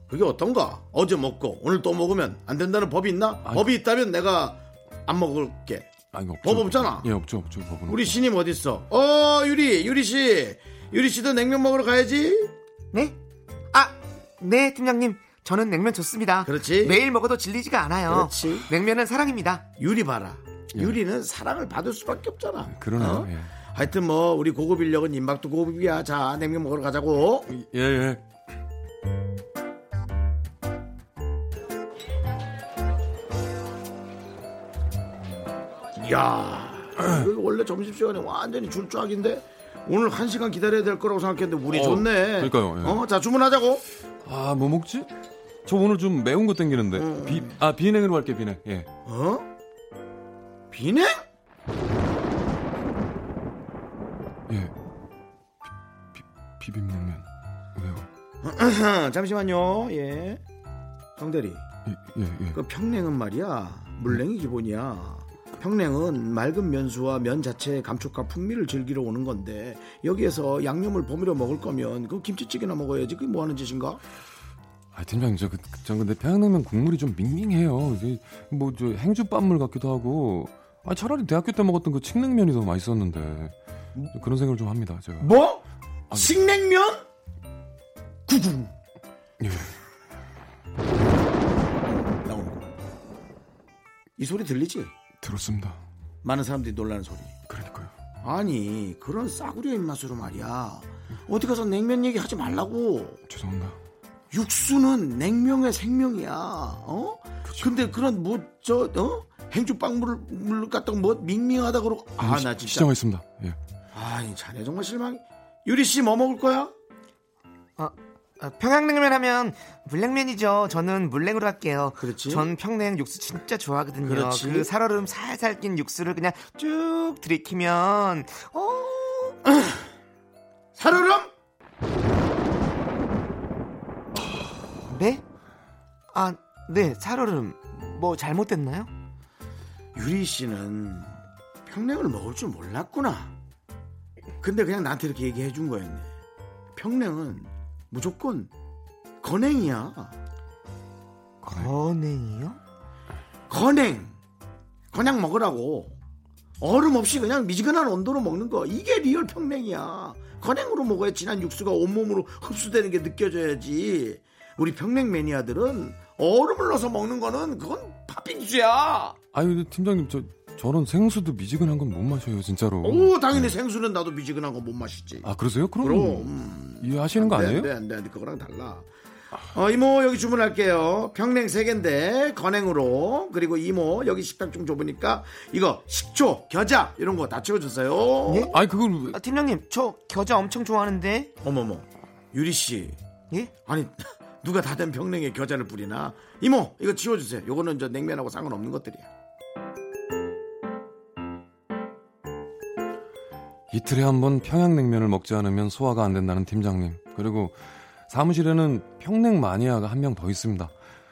그게 어떤가? 어제 먹고 오늘 또 먹으면 안 된다는 법이 있나?
아니.
법이 있다면 내가 안 먹을게.
아 이거 없죠.
법 없잖아.
예 없죠 없죠 법은.
우리
없죠.
신임 어디 있어? 어, 유리, 유리 씨. 유리 씨도 냉면 먹으러 가야지.
네? 아, 네, 팀장님. 저는 냉면 좋습니다.
그렇지.
매일 먹어도 질리지가 않아요.
그렇지.
냉면은 사랑입니다.
유리 봐라.
예.
유리는 사랑을 받을 수밖에 없잖아.
그러네요.
어?
예.
하여튼 뭐 우리 고급 인력은 임박도 고급이야. 자 냉면 먹으러 가자고.
예, 예.
이야.
음.
이거 원래 점심시간에 완전히 줄쫙인데 오늘 한 시간 기다려야 될 거라고 생각했는데 우리
어,
좋네.
그러니까요, 예.
어, 자 주문하자고.
아, 뭐 먹지? 저 오늘 좀 매운 거 땡기는데.
음.
비, 아, 비냉으로 할게, 비냉. 예.
어? 비냉?
예. 비, 빔냉면 왜요?
잠시만요. 예. 정 대리.
예, 예, 예.
그 평냉은 말이야 물냉이 기본이야 평냉은 맑은 면수와 면 자체의 감촉과 풍미를 즐기러 오는 건데 여기에서 양념을 버무려 먹을 거면 그 김치찌개나 먹어야지 그게 뭐 하는 짓인가?
아, 팀장님, 저, 그, 저 근데 평양냉면 국물이 좀 밍밍해요. 이게 뭐, 저 행주밥물 같기도 하고. 아, 차라리 대학교 때 먹었던 그 칡냉면이 더 맛있었는데. 그런 생각을 좀 합니다, 제가.
뭐? 식냉면? 구구
예.
나오는 거야 이 소리 들리지?
들었습니다.
많은 사람들이 놀라는 소리
그러니까요.
아니 그런 싸구려 입맛으로 말이야 어디 가서 냉면 얘기하지 말라고
죄송합니다.
육수는 냉명의 생명이야. 어? 근데 그런 뭐저 어? 행주빵물을 물 갖다가 뭐 밍밍하다 그러고 아 나
시-
진짜
시정하겠습니다. 예.
아이 자네 정말 실망. 유리 씨 뭐 먹을 거야?
아, 아, 평양냉면 하면 물냉면이죠. 저는 물냉으로 할게요.
그렇지.
전 평냉 육수 진짜 좋아하거든요.
그렇지.
그 살얼음 살살 낀 육수를 그냥 쭉 들이키면 어,
살얼음?
네? 아, 네. 살얼음 뭐 잘못됐나요?
유리 씨는 평냉을 먹을 줄 몰랐구나. 근데 그냥 나한테 이렇게 얘기해 준 거였네. 평냉은 무조건 건행이야.
건행이요?
건행 그냥 먹으라고 얼음 없이 그냥 미지근한 온도로 먹는 거 이게 리얼 평냉이야 건행으로 먹어야 진한 육수가 온몸으로 흡수되는 게 느껴져야지 우리 평냉 매니아들은 얼음을 넣어서 먹는 거는 그건 팥빙수야
아유, 근데 팀장님, 저, 저런 생수도 미지근한 건 못 마셔요, 진짜로.
오 당연히 생수는 나도 미지근한 거 못 마시지
아, 그러세요? 그럼.
그럼
이해하시는 거
안 돼, 네.
아니에요?
안 돼, 안 돼, 안 돼. 그거랑 달라. 어, 이모 여기 주문할게요. 평냉 3개인데 건행으로 그리고 이모 여기 식당 좀 좁으니까 이거 식초, 겨자 이런 거 다 채워주세요.
아니 그걸 왜-
아, 팀장님 저 겨자 엄청 좋아하는데
어머머 유리 씨
예?
아니 누가 다 된 평냉에 겨자를 뿌리나 이모 이거 치워주세요. 요거는 저 냉면하고 상관없는 것들이야.
이틀에 한 번 평양냉면을 먹지 않으면 소화가 안 된다는 팀장님. 그리고 사무실에는 평냉 마니아가 한 명 더 있습니다.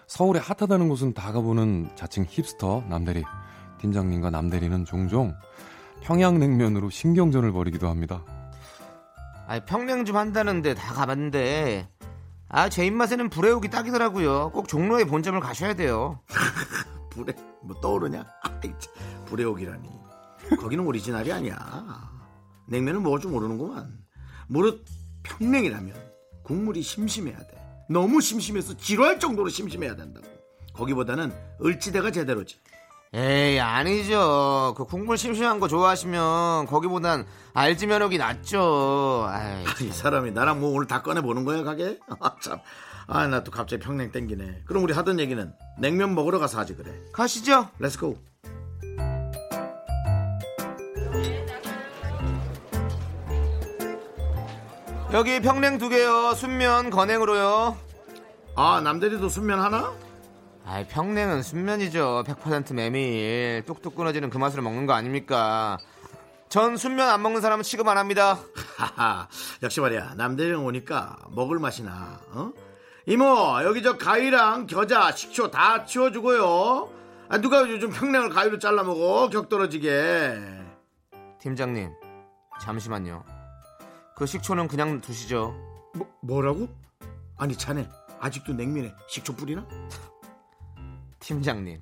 서울의 핫하다는 곳은 다 가보는 자칭 힙스터 남대리. 팀장님과 남대리는 종종 평양냉면으로 신경전을 벌이기도 합니다.
아 평냉 좀 한다는데 다 가봤는데 아 제 입맛에는 불애옥이 딱이더라고요. 꼭 종로의 본점을 가셔야 돼요.
불에 뭐 떠오르냐? 아이, 참, 불에 오기라니. 거기는 오리지널이 아니야. 냉면을 먹을 줄 모르는구만. 무릇 평냉이라면 국물이 심심해야 돼. 너무 심심해서 지루할 정도로 심심해야 된다고. 거기보다는 을지대가 제대로지.
에이 아니죠. 그 국물 심심한 거 좋아하시면 거기보단 알지면옥이 낫죠. 아이,
이 사람이 나랑 뭐 오늘 다 꺼내 보는 거야 가게? 아, 참. 아 나 또 갑자기 평냉 땡기네. 그럼 우리 하던 얘기는 냉면 먹으러 가서 하지 그래.
가시죠.
렛츠고.
여기 평냉 두 개요. 순면 건행으로요.
아 남대리도 순면 하나?
아 평냉은 순면이죠. 100% 메밀 뚝뚝 끊어지는 그 맛으로 먹는 거 아닙니까? 전 순면 안 먹는 사람은 취급 안 합니다.
하하, 역시 말이야 남대령 오니까 먹을 맛이나 어? 이모 여기 저 가위랑 겨자 식초 다 치워주고요 아, 누가 요즘 평냉을 가위로 잘라 먹어 격 떨어지게
팀장님 잠시만요. 그 식초는 그냥 두시죠.
뭐, 뭐라고? 아니 자네 아직도 냉면에 식초 뿌리나?
팀장님.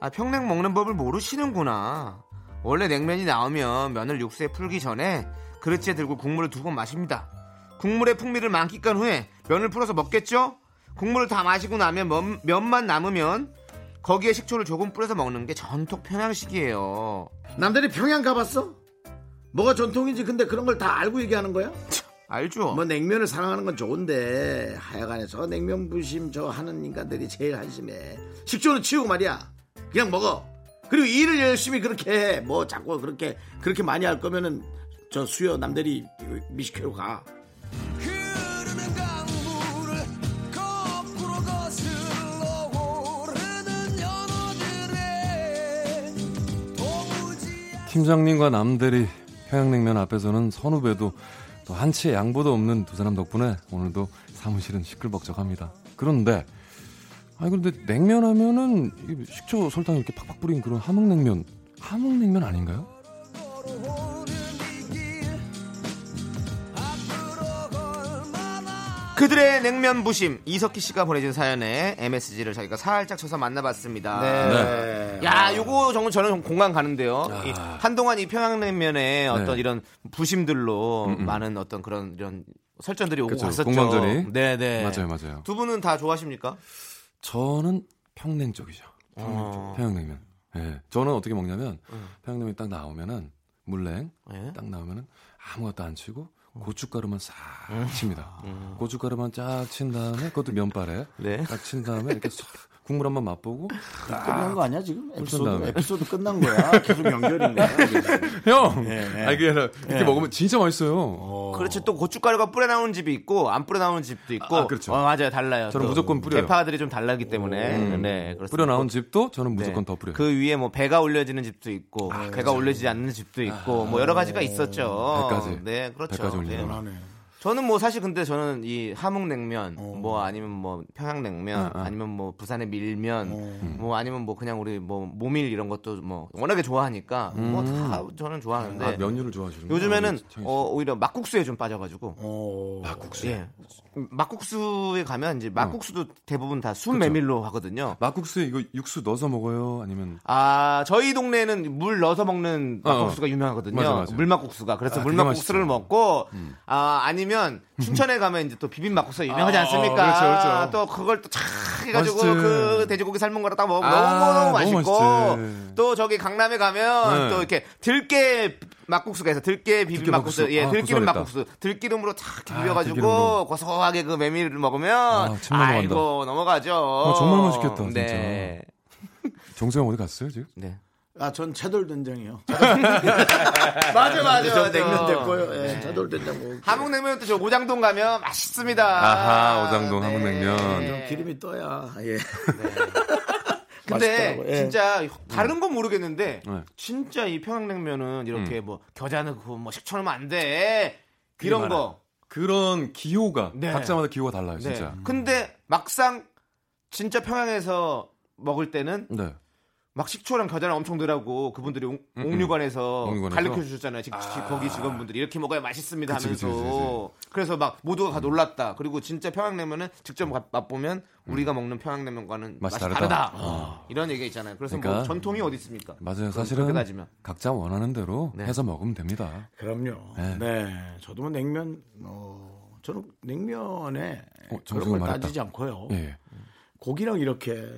아, 평냉 먹는 법을 모르시는구나. 원래 냉면이 나오면 면을 육수에 풀기 전에 그릇째 들고 국물을 두 번 마십니다. 국물의 풍미를 만끽한 후에 면을 풀어서 먹겠죠? 국물을 다 마시고 나면 면, 면만 남으면 거기에 식초를 조금 뿌려서 먹는 게 전통 평양식이에요.
남들이 평양 가봤어? 뭐가 전통인지 근데 그런 걸 다 알고 얘기하는 거야?
알죠?
뭐 냉면을 사랑하는 건 좋은데 하여간에 저 냉면 부심 저 하는 인간들이 제일 한심해 식초는 치우고 말이야 그냥 먹어 그리고 일을 열심히 그렇게 해 뭐 자꾸 그렇게 그렇게 많이 할 거면은 저 수요 남들이 미식회로 가
흐르는 강물을 거꾸로 거슬러 오르는 연어들의 도무지
팀장님과 남대리 평양냉면 앞에서는 선후배도 또 한치의 양보도 없는 두 사람 덕분에 오늘도 사무실은 시끌벅적합니다. 그런데 아니 그런데 냉면 하면은 이 식초 설탕 이렇게 팍팍 뿌린 그런 함흥냉면 함흥냉면 아닌가요?
걸어 오르는 길 앞으로 얼마나
그들의 냉면 부심 이석희 씨가 보내준 사연에 MSG를 저희가 살짝 쳐서 만나봤습니다.
네.
네. 야, 요거 정말 저는 공감 가는데요.
아.
이 한동안 이 평양냉면의 어떤
네.
이런 부심들로 많은 어떤 그런 이런 설전들이 오고
음, 그쵸,
갔었죠.
공방전이.
네, 네.
맞아요, 맞아요.
두 분은 다 좋아하십니까?
저는 평냉 쪽이죠. 평냉
어.
쪽, 평양냉면. 예. 저는 어떻게 먹냐면 평양냉면 딱 나오면은 물냉
예.
딱 나오면은 아무것도 안 치고 고춧가루만 싹
음.
칩니다. 고춧가루만 쫙 친 다음에 그것도 면발에
아. 네.
딱 친 다음에 이렇게 쏙 국물 한번 맛보고
끝난 거 아니야 지금 에피소드
다음에.
에피소드 끝난 거야 계속 연결인 거야
형,
네,
예.
아, 이게 아니라 이렇게 먹으면 진짜 맛있어요.
그렇죠. 또 고춧가루가 뿌려 나오는 집이 있고 안 뿌려 나오는 집도 있고.
아, 그렇죠.
어, 맞아요. 달라요.
저는
또
무조건 뿌려요. 음.
대파들이 좀 달라기 때문에. 네. 그렇습니다.
뿌려 나온 집도 저는
네.
무조건 더 뿌려요. 아, 그렇죠.
그 위에 뭐 배가 올려지는 집도 있고 배가 올려지지 않는 집도 있고 뭐 여러 가지가 있었죠.
배까지.
네, 그렇죠.
배까지 올리는
네.
거.
그러네.
저는 뭐 사실 근데 저는 이 함흥냉면
어.
뭐 아니면 뭐 평양냉면 아, 니면뭐 부산의
어.
밀면 뭐 아니면 뭐 그냥 우리 뭐 모밀 이런 것도 뭐 워낙에 좋아하니까 뭐 다 저는 좋아하는데
아, 면류를 좋아하시는
요즘에는 어, 오히려 막국수에 좀 빠져가지고
어.
막국수.
예 막국수에 가면
음.
이제 막국수도 대부분 다 순메밀로 하거든요.
막국수에 이거 육수 넣어서 먹어요? 아니면
아 저희 동네에는 물 넣어서 먹는
어, 어.
막국수가 유명하거든요.
맞아, 맞아.
물막국수가 그래서
아, 그게
물막국수를
맛있죠.
먹고 아 아니면 춘천에 가면 이제 또 비빔막국수 유명하지
아,
않습니까?
그렇죠, 그렇죠.
또 그걸 또 착 해가지고
맛있지.
그 돼지고기 삶은 거랑 딱 먹으면
아,
너무너무
너무
맛있고
맛있지.
또 저기 강남에 가면
네.
또 이렇게 들깨 막국수가 있어 들깨 비빔막국수
막국수.
예
아,
들기름
고소하겠다. 아,
막국수 들기름으로 착 비벼가지고
들기름으로.
고소하게 그 메밀을 먹으면 아,
아, 침 넘어간다.
이고 넘어가죠
정말 맛있겠다, 진짜.
네.
정수영 어디 갔어요 지금?
네.
아, 전 차돌 된장이요.
맞아 맞아
전
맞아.
냉면 됐고요. 예, 차돌 된장 먹고.
함흥냉면도 저 오장동 가면 맛있습니다. 네.
아하, 오장동 함흥냉면.
좀 기름이 떠야. 예.
근데
맛있더라고요. 예.
진짜 다른 건 모르겠는데
네.
진짜 이 평양냉면은 이렇게 뭐 겨자 넣고 뭐 식초 넣으면 안 돼. 이런
음. 많아요.
거.
그런 기호가
네.
각자마다 기호가 달라요
네.
진짜.
근데 막상 진짜 평양에서 먹을 때는
네.
막 식초랑 겨자랑 엄청 넣으라고 그분들이 옥,
음,
류관에서
옥류관에서?
가르쳐 주셨잖아요. 지- 지- 거기 직원분들이 이렇게 먹어야 맛있습니다
그치, 그치, 음.
하면서. 그래서막 모두가 다 놀랐다. 그리고 진짜 평양냉면은 직접 가- 맛보면 우리가 먹는 평양냉면과는 맛이,
음. 맛이
다르다.
다르다. 아.
이런 얘기 있잖아요. 그래서 뭐
그러니까.
전통이 어디 있습니까?
맞아요.
그럼
사실은
그렇게 따지면.
각자 원하는 대로
네.
해서 먹으면 됩니다.
그럼요. 네.
네.
저도 뭐 냉면, 어, 저는 냉면에
어,
그런
정수영
걸
말했다.
따지지 않고요.
어.
예.
고기랑 이렇게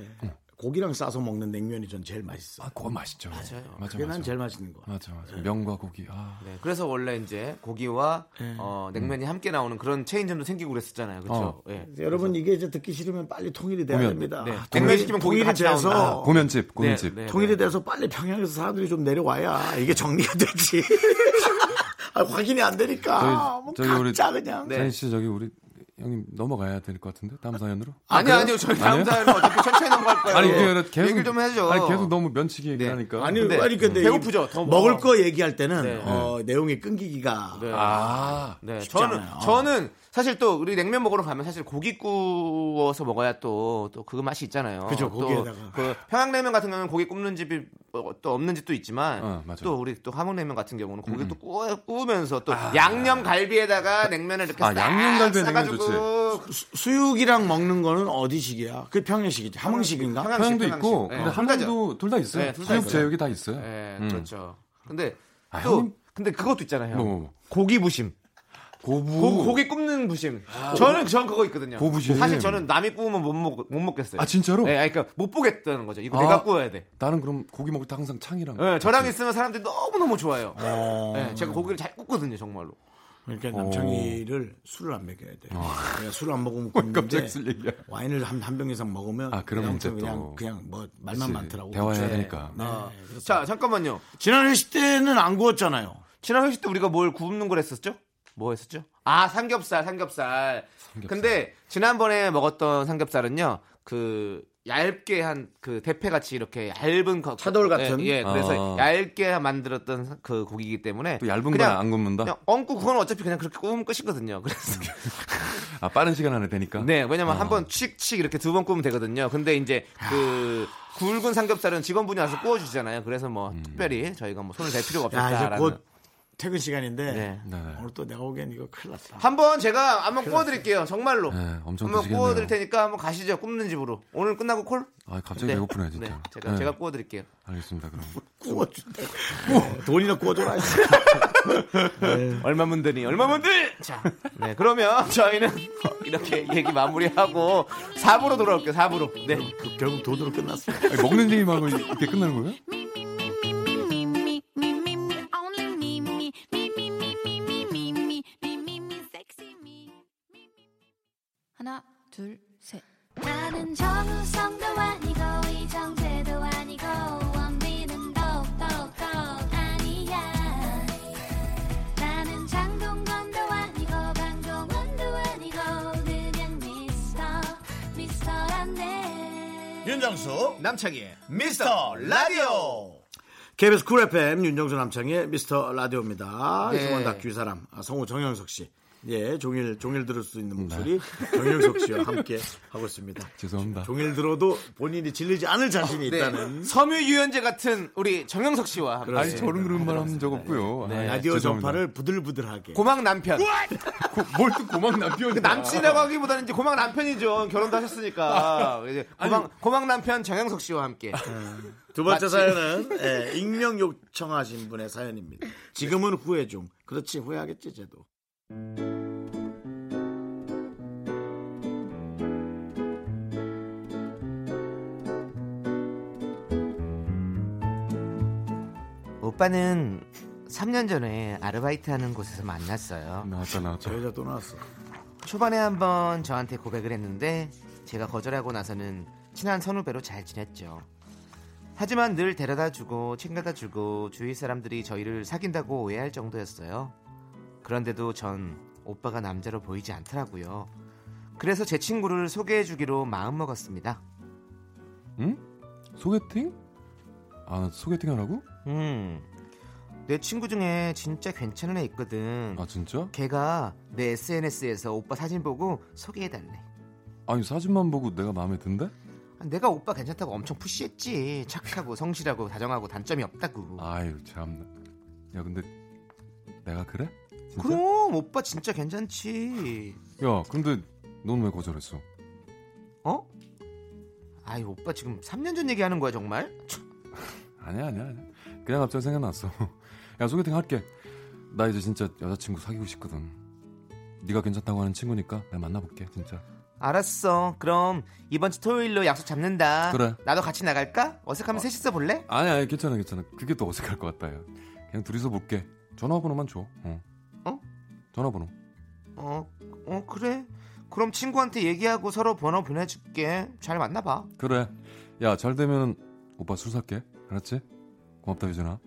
고기랑 싸서 먹는 냉면이 전 제일 맛있어.
아, 그건 맛있죠. 맞아요. 맞아,
그게
맞아.
난 제일 맛있는 거야.
맞아, 맞아. 명과 고기. 아.
네, 그래서 원래 이제 고기와 어,
음.
냉면이 함께 나오는 그런 체인점도 생기고 그랬었잖아요.
어.
그렇죠? 예.
여러분 이게 이제 듣기 싫으면 빨리 통일이 돼야
보면,
됩니다.
네.
아,
냉면 시키면 고기
통일이
같이
돼서
나온다.
고면집, 고면집.
네, 네.
통일이 돼서 빨리 평양에서 사람들이 좀 내려와야 이게 정리가 되지. 아, 확인이 안 되니까 뭐
저기 우리-
각자 그냥.
네.
네. 씨 저기 우리 형님 넘어가야 될 것 같은데 다음 사연으로.
아니요, 아니요. 저희 다음
아니요?
사연은 어차피 천천히 넘어갈 거예요.
아니 이게 계속
얘기를 좀 해줘.
아니 계속 너무 면치기 얘기하니까.
아니,
근데
아니 근데 이-
배고프죠? 더
먹을
먹어.
거 얘기할 때는
네.
어, 내용이 끊기기가
네.
아,
네, 저는
쉽잖아요.
저는 사실 또 우리 냉면 먹으러 가면 사실 고기 구워서 먹어야 또 또 그 맛이 있잖아요.
그죠,
또
고기에다가.
그 평양냉면 같은 경우는 고기 굽는 집이 어, 또 없는 집도 있지만
어, 맞아요. 음,
또 우리 또 함흥냉면 같은 경우는 고기 또 구워, 구우면서 또 양념 갈비에다가 냉면을 이렇게
아,
싹
양념 갈비에 냉면
싸가지고
수- 수육이랑 먹는 거는 어디식이야? 그게 평양식이지. 함흥식인가?
평양-
평양도
평양식,
있고
네,
근데
둘 다죠.
한강도 둘 다 있어요.
네, 둘다
수육
있어요.
제육이 다 있어요.
예,
음.
그렇죠. 근데
아,
또
형님.
근데 그것도 있잖아요.
뭐, 뭐, 뭐.
고기 부심.
고부. 아,
고, 고기 굽는 부심. 저는 전 그거 있거든요.
고부 부심.
사실 저는 남이 구우면 못, 먹, 못 먹겠어요.
아, 진짜로?
네, 아니, 그러니까 못 보겠다는 거죠. 이거
아.
내가 구워야 돼.
나는 그럼 고기 먹을 때 항상 창이랑.
네, 저랑 있으면 사람들이 너무 너무 좋아해요. 네, 제가 고기를 잘 굽거든요, 정말로.
그러니까 남창희를 술을 안 먹여야 돼. 그냥 술을 안 먹으면 굶는데
아. 갑자기 쓸 얘기야.
와인을 한 한 병 이상 먹으면
아, 그럼
그냥
이제
좀 그냥
또-
그냥 뭐 말만
그치.
많더라고.
대화해야
네.
되니까.
아, 자, 잠깐만요.
지난 회식 때는 안 구웠잖아요.
지난 회식 때 우리가 뭘 굽는 걸 했었죠? 뭐 했었죠? 아, 삼겹살, 삼겹살. 근데 지난번에 먹었던 삼겹살은요, 그 얇게 한 그 대패 같이 이렇게 얇은 거-
차돌 같은?
예, 예, 그래서
아.
얇게 만들었던 사- 그 고기이기 때문에
또 얇은
그냥-
거는 안 굽는다.
그냥 엉고 그건 어차피 그냥 그렇게 구우면 끝이거든요. 그래서
아 빠른 시간 안에 되니까.
네, 왜냐면 한 번 칙칙 이렇게 두 번 구우면 되거든요. 근데 이제 그 굵은 삼겹살은 직원분이 와서 구워주잖아요. 그래서 뭐
음.
특별히 저희가 뭐 손을 댈 필요가
야 이제
없다라는.
곧 퇴근 시간인데
네.
아, 네.
오늘 또 내가 오기엔 이거 큰일 났다.
한번 제가 한번 구워드릴게요. 정말로.
네, 엄청
한번
드시겠네요.
구워드릴 테니까 한번 가시죠. 굽는 집으로. 오늘 끝나고 콜?
아 갑자기 배고프네 진짜.
네, 제가 제가 구워드릴게요.
알겠습니다 그럼.
구워준다. 구워. 돈이나 구워줘라. 씨.
네.
얼마 문드니? 얼마 문드? 자, 네 그러면 저희는 어, 이렇게 얘기 마무리하고 4부로 돌아올게요. 4부로. 네.
그- 결국 돈으로 끝났어.
아니, 먹는 얘기만 하고 이렇게 끝나는 거예요?
하나, 둘, 셋.
나는 정우성도 아니고 이정재도 아니고 원빈은 더욱더 아니야 나는 장동건도 아니고 방종원도 아니고 그냥 미스터 미스터란데
윤정수
남창희의
미스터 라디오. KBS 쿨 FM 윤정수 남창의 미스터 라디오입니다.
네.
이승원 다큐 이 사람 아, 성우 정영석 씨. 예, 종일 종일 들을 수 있는 목소리 정영석 씨와 함께 하고 있습니다.
죄송합니다.
종일 들어도 본인이 질리지 않을 자신이
네.
있다는
섬유 유연제 같은 우리 정영석 씨와 함께
그렇죠.
아니 네, 저런 그런 말 하면 적 없고요. 아,
예, 라디오
죄송합니다.
전파를 부들부들하게.
고막 남편.
뭘또 고막 남편.
그 남친이라고 하기보다는 이제 고막 남편이죠. 결혼도 하셨으니까. 음. 이제 고막, 고막 남편 정영석 씨와 함께.
두 번째
맞지?
사연은 예, 익명 요청하신 분의 사연입니다. 지금은 후회 중. 그렇지 후회하겠지 쟤도.
오빠는 3년 전에 아르바이트하는 곳에서 만났어요.
나왔다 나왔다.
저 여자 또 나왔어.
초반에 한번 저한테 고백을 했는데 제가 거절하고 나서는 친한 선후배로 잘 지냈죠. 하지만 늘 데려다주고 챙겨다주고 주위 사람들이 저희를 사귄다고 오해할 정도였어요. 그런데도 전 오빠가 남자로 보이지 않더라고요. 그래서 제 친구를 소개해주기로 마음먹었습니다.
응? 소개팅? 아 소개팅 하라고?
음, 내 친구 중에 진짜 괜찮은 애 있거든.
아 진짜?
걔가 내 SNS에서 오빠 사진 보고 소개해달래. 아,
아니 사진만 보고 내가 마음에 든대?
내가 오빠 괜찮다고 엄청 푸시했지. 착하고 성실하고 다정하고 단점이 없다고.
아유 참나. 야 근데 내가 그래? 진짜?
그럼 오빠 진짜 괜찮지.
야 근데 넌 왜 거절했어?
어? 아이 오빠 지금 3년 전 얘기하는 거야 정말? 참,
아니야 아니야 아니야. 그냥 갑자기 생각났어. 야 소개팅 할게. 나 이제 진짜 여자친구 사귀고 싶거든. 네가 괜찮다고 하는 친구니까 내가 만나볼게 진짜.
알았어. 그럼 이번 주 토요일로 약속 잡는다.
그래.
나도 같이 나갈까? 어색하면 셋이서 볼래?
아니 아니 괜찮아 괜찮아. 그게 더 어색할 것 같다 야. 그냥 둘이서 볼게. 전화번호만 줘. 어?
어?
전화번호.
어, 어 그래. 그럼 친구한테 얘기하고 서로 번호 보내줄게. 잘 만나봐.
그래. 야 잘 되면 오빠 술 살게. 알았지? 고맙다 유진아.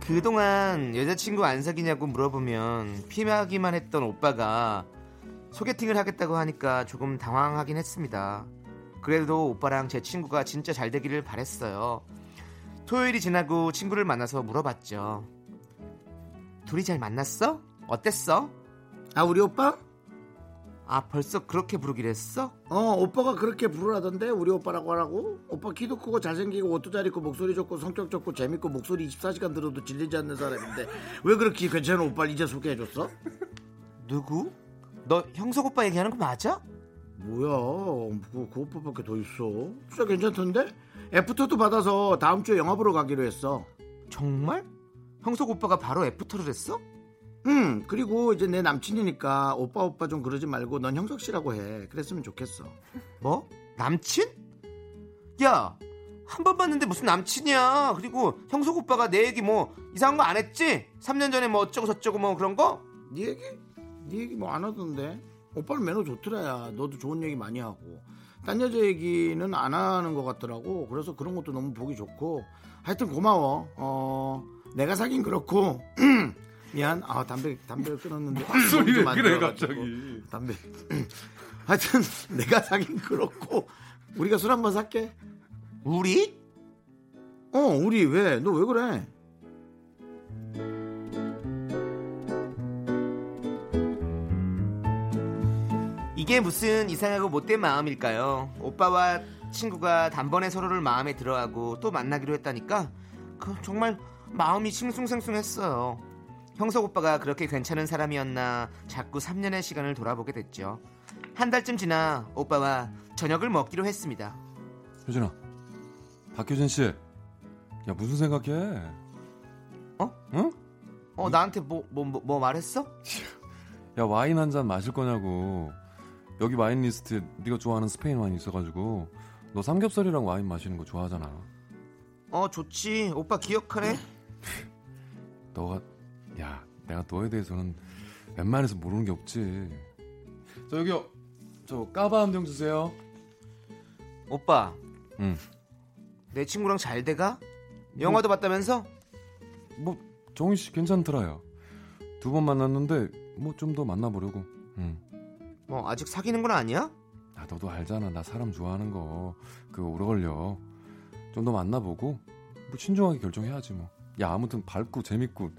그동안 여자친구 안 사귀냐고 물어보면 피하기만 했던 오빠가 소개팅을 하겠다고 하니까 조금 당황하긴 했습니다. 그래도 오빠랑 제 친구가 진짜 잘 되기를 바랬어요. 토요일이 지나고 친구를 만나서 물어봤죠. 둘이 잘 만났어? 어땠어?
아 우리 오빠?
아 벌써 그렇게 부르기로 했어?
어 오빠가 그렇게 부르라던데 우리 오빠라고 하라고? 오빠 키도 크고 잘생기고 옷도 잘 입고 목소리 좋고 성격 좋고 재밌고 목소리 24시간 들어도 질리지 않는 사람인데 왜 그렇게 괜찮은 오빠를 이제 소개해줬어?
누구? 너 형석 오빠 얘기하는 거 맞아?
뭐야 그, 그 오빠밖에 더 있어 진짜 괜찮던데? 애프터도 받아서 다음 주에 영화 보러 가기로 했어
정말? 형석 오빠가 바로 애프터를 했어?
음 그리고 이제 내 남친이니까 오빠 오빠 좀 그러지 말고 넌 형석 씨라고 해 그랬으면 좋겠어
뭐? 남친? 야, 한 번 봤는데 무슨 남친이야. 그리고 형석 오빠가 내 얘기 뭐 이상한 거 안 했지? 3년 전에 뭐 어쩌고 저쩌고 뭐 그런 거?
네 얘기? 네 얘기 뭐 안 하던데 오빠는 매너 좋더라야 너도 좋은 얘기 많이 하고 딴 여자 얘기는 안 하는 것 같더라고 그래서 그런 것도 너무 보기 좋고 하여튼 고마워 어 내가 사긴 그렇고 미안 아 담배 담배 끊었는데 소리 왜 그래 갑자기 담배 하여튼 내가 사긴 그렇고 우리가 술 한번 살게
우리?
어 우리 왜 너 왜 그래
이게 무슨 이상하고 못된 마음일까요? 오빠와 친구가 단번에 서로를 마음에 들어하고 또 만나기로 했다니까 그 정말 마음이 싱숭생숭했어요. 형석 오빠가 그렇게 괜찮은 사람이었나 자꾸 3년의 시간을 돌아보게 됐죠. 한 달쯤 지나 오빠와 저녁을 먹기로 했습니다.
효진아. 박효진 씨. 야 무슨 생각해?
어?
응?
어 나한테 뭐 뭐 뭐 말했어?
야 와인 한 잔 마실 거냐고 여기 와인 리스트에 네가 좋아하는 스페인 와인 있어가지고 너 삼겹살이랑 와인 마시는 거 좋아하잖아
어 좋지 오빠 기억하래?
너가 야 내가 너에 대해서는 웬만해서 모르는 게 없지 저 여기요 저 까바 한 병 주세요
오빠
응.
내 친구랑 잘 돼가? 영화도 봤다면서?
뭐 정희 씨 괜찮더라요 두 번 만났는데 뭐 좀 더 만나보려고 응.
뭐 아직 사귀는 건 아니야?
아 너도 알잖아 나 사람 좋아하는 거 그거 오래 걸려 좀 더 만나보고 뭐 신중하게 결정해야지 뭐야 아무튼 밝고 재밌고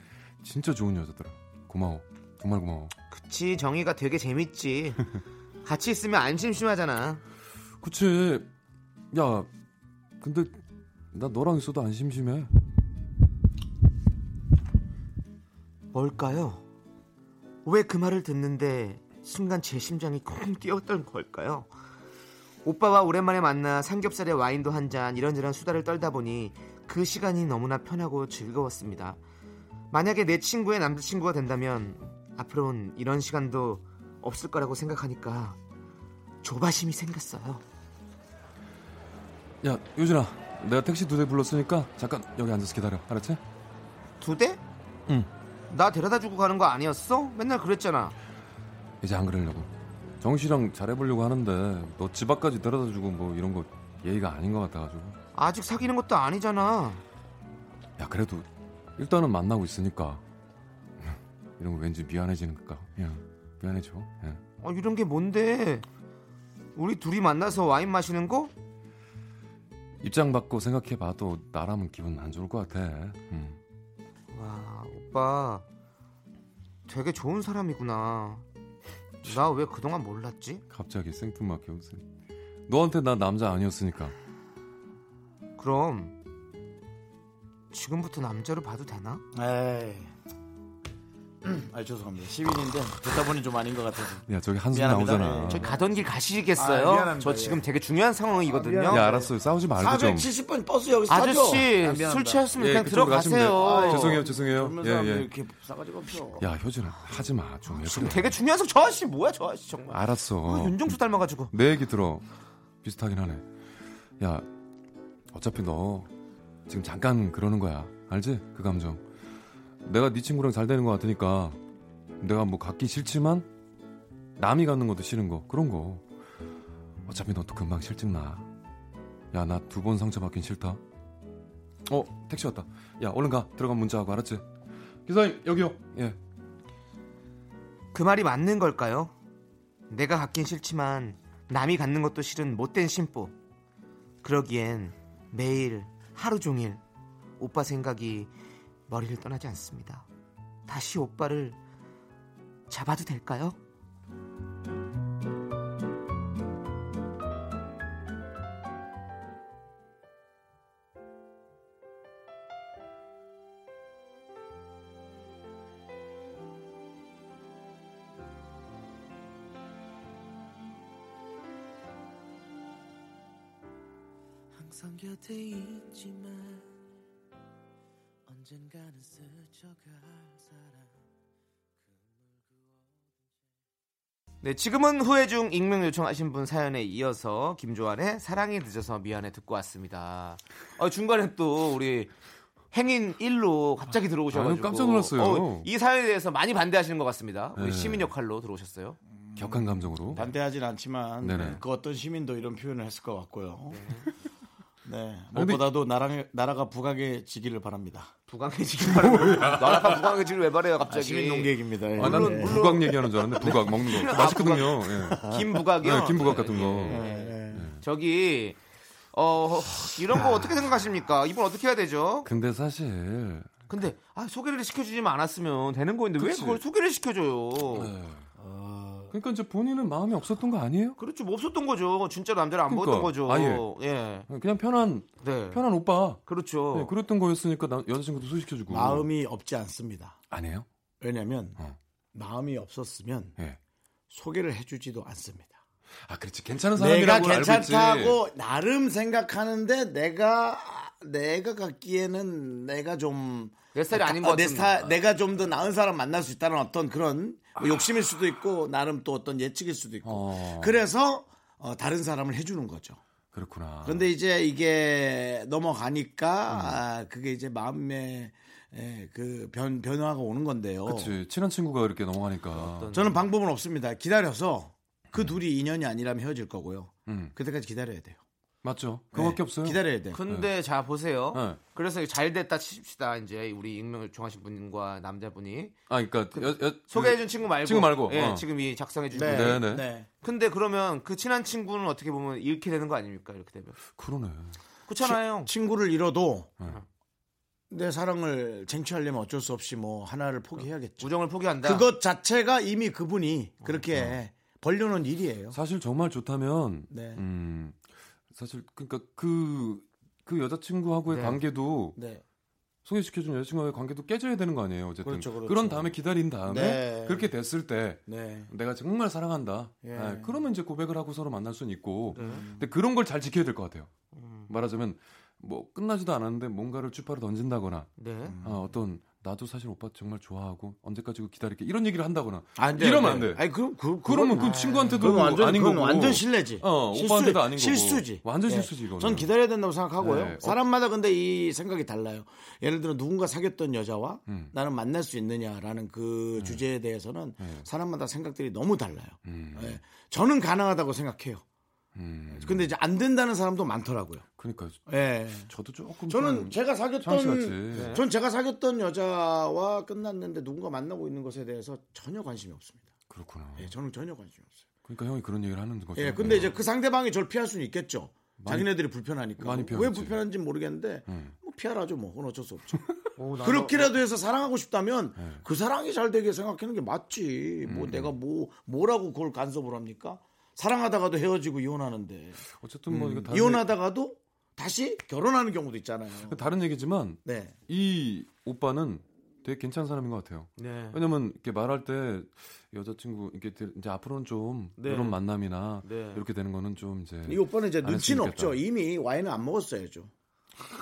진짜 좋은 여자더라 고마워 정말 고마워
그치 정이가 되게 재밌지 같이 있으면 안 심심하잖아
그치 야 근데 나 너랑 있어도 안 심심해
뭘까요? 왜 그 말을 듣는데 순간 제 심장이 쿵 뛰었던 걸까요? 오빠와 오랜만에 만나 삼겹살에 와인도 한 잔 이런저런 수다를 떨다 보니 그 시간이 너무나 편하고 즐거웠습니다. 만약에 내 친구의 남자친구가 된다면 앞으로는 이런 시간도 없을 거라고 생각하니까 조바심이 생겼어요.
야, 유진아. 내가 택시 두 대 불렀으니까 잠깐 여기 앉아서 기다려. 알았지?
두 대?
응.
나 데려다 주고 가는 거 아니었어? 맨날 그랬잖아.
이제 안 그러려고. 정 씨랑 잘해보려고 하는데 너 집 앞까지 데려다주고 뭐 이런 거 예의가 아닌 것 같아가지고.
아직 사귀는 것도 아니잖아.
야, 그래도 일단은 만나고 있으니까 이런 거 왠지 미안해지는 것까. 야, 미안해져. 야.
아, 이런 게 뭔데? 우리 둘이 만나서 와인 마시는 거?
입장 받고 생각해봐도 나라면 기분 안 좋을 것 같아. 음.
와, 오빠 되게 좋은 사람이구나. 나 왜 그동안 몰랐지?
갑자기 생뚱맞게 웃으 너한테 나 남자 아니었으니까.
그럼 지금부터 남자로 봐도 되나?
에이. 아 죄송합니다. 시민인데 듣다 보니 좀 아닌 것 같아서.
야, 저기 한숨
미안합니다.
나오잖아.
예.
저희 가던 길 가시겠어요?
아, 미안합니다.
저 지금 되게 중요한
네.
상황이거든요.
야, 아, 알았어요. 싸우지 말고 좀.
470번 버스 여기서 타죠.
아저씨
아, 미안합니다.
술 취했으면
예,
음, 그냥
그쪽으로 가시면 돼요. 아,
들어가세요.
죄송해요, 죄송해요.
젊은
예,
사람들
예.
이렇게 싸가지고 없어.
야, 효진아, 하지 마. 좀왜
지금
그래?
되게 중요한 상저 아저씨 뭐야 저 아저씨 정말.
알았어.
윤정수 닮아가지고.
내 얘기 들어. 비슷하긴 하네. 야, 어차피 너 지금 잠깐 그러는 거야. 알지? 그 감정. 내가 네 친구랑 잘 되는 것 같으니까 내가 뭐 갖기 싫지만 남이 갖는 것도 싫은 거 그런 거. 어차피 너도 금방 실증 나. 야, 나 두 번 상처받긴 싫다. 어, 택시 왔다. 야, 얼른 가. 들어가 문자하고 알았지? 기사님, 여기요. 예.
그 말이 맞는 걸까요? 내가 갖긴 싫지만 남이 갖는 것도 싫은 못된 심보. 그러기엔 매일 하루 종일 오빠 생각이 머리를 떠나지 않습니다. 다시 오빠를 잡아도 될까요?
항상 곁에 있지만 언젠가는 스쳐갈 사람
네, 지금은 후회 중 익명 요청하신 분 사연에 이어서 김조한의 사랑이 늦어서 미안해 듣고 왔습니다. 어, 중간에 또 우리 행인 1로 갑자기 들어오셔가지고
아유, 깜짝 놀랐어요.
어, 이 사연에 대해서 많이 반대하시는 것 같습니다. 우리
네.
시민 역할로 들어오셨어요.
격한 감정으로.
반대하진 않지만
네네.
그 어떤 시민도 이런 표현을 했을 것 같고요. 네.
근데-
무엇보다도 나라, 나라가 부강해지기를 바랍니다. 뭐,
부강해지길 바라고 나라가 부강해지길 왜 바래요 갑자기?
시민 농객입니다. 예.
아, 난
예.
부각 얘기하는 줄 알았는데 부각 먹는 거 맛있거든요. 예.
김부각이요. 예.
네, 김부각 같은 거. 네.
저기 어 이런 거 어떻게 생각하십니까? 이분 어떻게 해야 되죠?
근데 사실
근데 아, 소개를 시켜주지만 않았으면 되는 거인데
그치. 네.
왜 그걸 소개를 시켜줘요?
그러니까 이제 본인은 마음이 없었던 거 아니에요?
그렇죠. 뭐 없었던 거죠. 진짜 남자를 안 보였던
그러니까,
거죠.
아예.
예.
그냥 편한
네.
편한 오빠.
그렇죠.
네, 그랬던 거였으니까 나, 여자친구도 소개시켜주고.
마음이 없지 않습니다.
뭐. 아니에요?
왜냐면
어.
마음이 없었으면
예.
소개를 해주지도 않습니다.
아 그렇지 괜찮은
내가
사람이라고 알고 있지.
괜찮다고 나름 생각하는데 내가 내가 갖기에는 내가 좀
내 스타일이 아닌
어,
것
내
같은데.
스타- 내가 좀 더 나은 사람 만날 수 있다는 어떤 그런 뭐 욕심일 수도 있고 나름 또 어떤 예측일 수도 있고
어.
그래서 어, 다른 사람을 해주는 거죠.
그렇구나.
그런데 이제 이게 넘어가니까 아, 그게 이제 마음에 에, 그 변, 변화가 오는 건데요.
그치 친한 친구가 이렇게 어. 넘어가니까.
저는 방법은 없습니다. 기다려서 그 둘이 인연이 아니라면 헤어질 거고요.
음
그때까지 기다려야 돼요.
맞죠. 그거밖에
네,
없어요.
기다려야 돼.
근데 자 보세요.
네.
그래서 잘 됐다 칩시다. 이제 우리 익명 요청하신 분과 남자분이
아 그러니까 여- 여-
소개해준 친구 말고
친구 말고,
예,
어.
지금 이 작성해준 분.
네,
네네.
네.
근데 그러면 그 친한 친구는 어떻게 보면 잃게 되는 거 아닙니까? 이렇게 되면
그러네.
그렇잖아요.
친구를 잃어도
음.
내 사랑을 쟁취하려면 어쩔 수 없이 뭐 하나를 포기해야겠죠.
우정을 포기한다.
그것 자체가 이미 그분이 그렇게 벌려놓은 일이에요.
사실 정말 좋다면
네.
음 사실 그러니까 그. 그 여자친구하고의
네.
관계도
네.
소개시켜준 여자친구와의 관계도 깨져야 되는 거 아니에요 어쨌든
그렇죠, 그렇죠.
런 다음에 기다린 다음에
네.
그렇게 됐을 때
네.
내가 정말 사랑한다
예. 네.
예,
음.
그러면 이제 고백을 하고 서로 만날 수는 있고 근데 그런 걸 잘 지켜야 될 것 같아요 말하자면 뭐 끝나지도 않았는데 뭔가를 추파로 던진다거나
네.
음.
아, 어떤 나도 사실 오빠 정말 좋아하고 언제까지 기다릴게 이런 얘기를 한다거나
안 돼,
이러면
안
안
돼.
돼.
아니, 그럼 그
그러면
그건-
그 친구한테도
그건 완전
아닌
그건
거고
완전 실례지.
어,
실수-
오빠한테도 아닌 거고.
실수지.
완전
예.
실수지, 이거는.
전 기다려야 된다고 생각하고요.
네.
사람마다 근데 이 생각이 달라요. 예를 들어 누군가 사귀었던 여자와
음.
나는 만날 수 있느냐라는 그
네.
주제에 대해서는 사람마다 생각들이 너무 달라요. 예. 저는 가능하다고 생각해요.
음,
근데 이제 안 된다는 사람도 많더라고요.
그러니까
예.
저도 조금
저는
좀
제가
음. 상식같이.
사귀었던
네.
전 제가 사귀었던 여자와 끝났는데 누군가 만나고 있는 것에 대해서 전혀 관심이 없습니다.
그렇구나.
예, 저는 전혀 관심이 없어요.
그러니까 형이 그런 얘기를 하는 거죠. 뭐
예, 근데 이제 그 상대방이 저를 피할 수는 있겠죠. 자기네들이 불편하니까.
많이
왜
피하겠지.
불편한지 모르겠는데
음.
뭐 피하라죠 뭐 그건 어쩔 수 없죠.
오, 나도-
그렇게라도 해서 사랑하고 싶다면 그 사랑이 잘 되게 생각하는 게 맞지. 뭐 내가 뭐 뭐라고 그걸 간섭을 합니까? 사랑하다가도 헤어지고 이혼하는데
어쨌든 뭐 이거
그
다른
음, 이혼하다가도 다시 결혼하는 경우도 있잖아요.
얘기- 다른 얘기지만
네.
이 오빠는 되게 괜찮은 사람인 것 같아요.
네.
왜냐면 이렇게 말할 때 여자친구 이렇게 들- 이제 앞으로는 좀
네.
이런 만남이나
네.
이렇게 되는 거는 좀 이제
이 오빠는 이제
안 했으면
눈치는
좋겠다.
없죠. 이미 와인을 안 먹었어요,죠.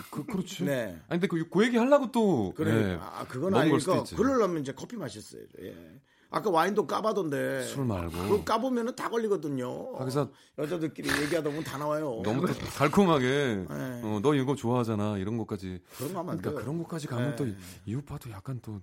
그, 그렇지.
네.
아니 근데 그, 그 얘기 하려고 또
그러니까
예,
아, 그건
먹은 걸
아니니까
수도 있지.
그러려면 이제 커피 마셨어야죠. 예. 아까 와인도 까봐던데
술 말고.
그거 까보면은 다 걸리거든요.
거기서
여자들끼리 얘기하다 보면 다 나와요.
너무 또 달콤하게
네.
어, 너 이거 좋아하잖아 이런 것까지
그런 거 하면 안
그러니까
돼요.
그런 것까지
네.
가면 또 이 오빠도 약간 또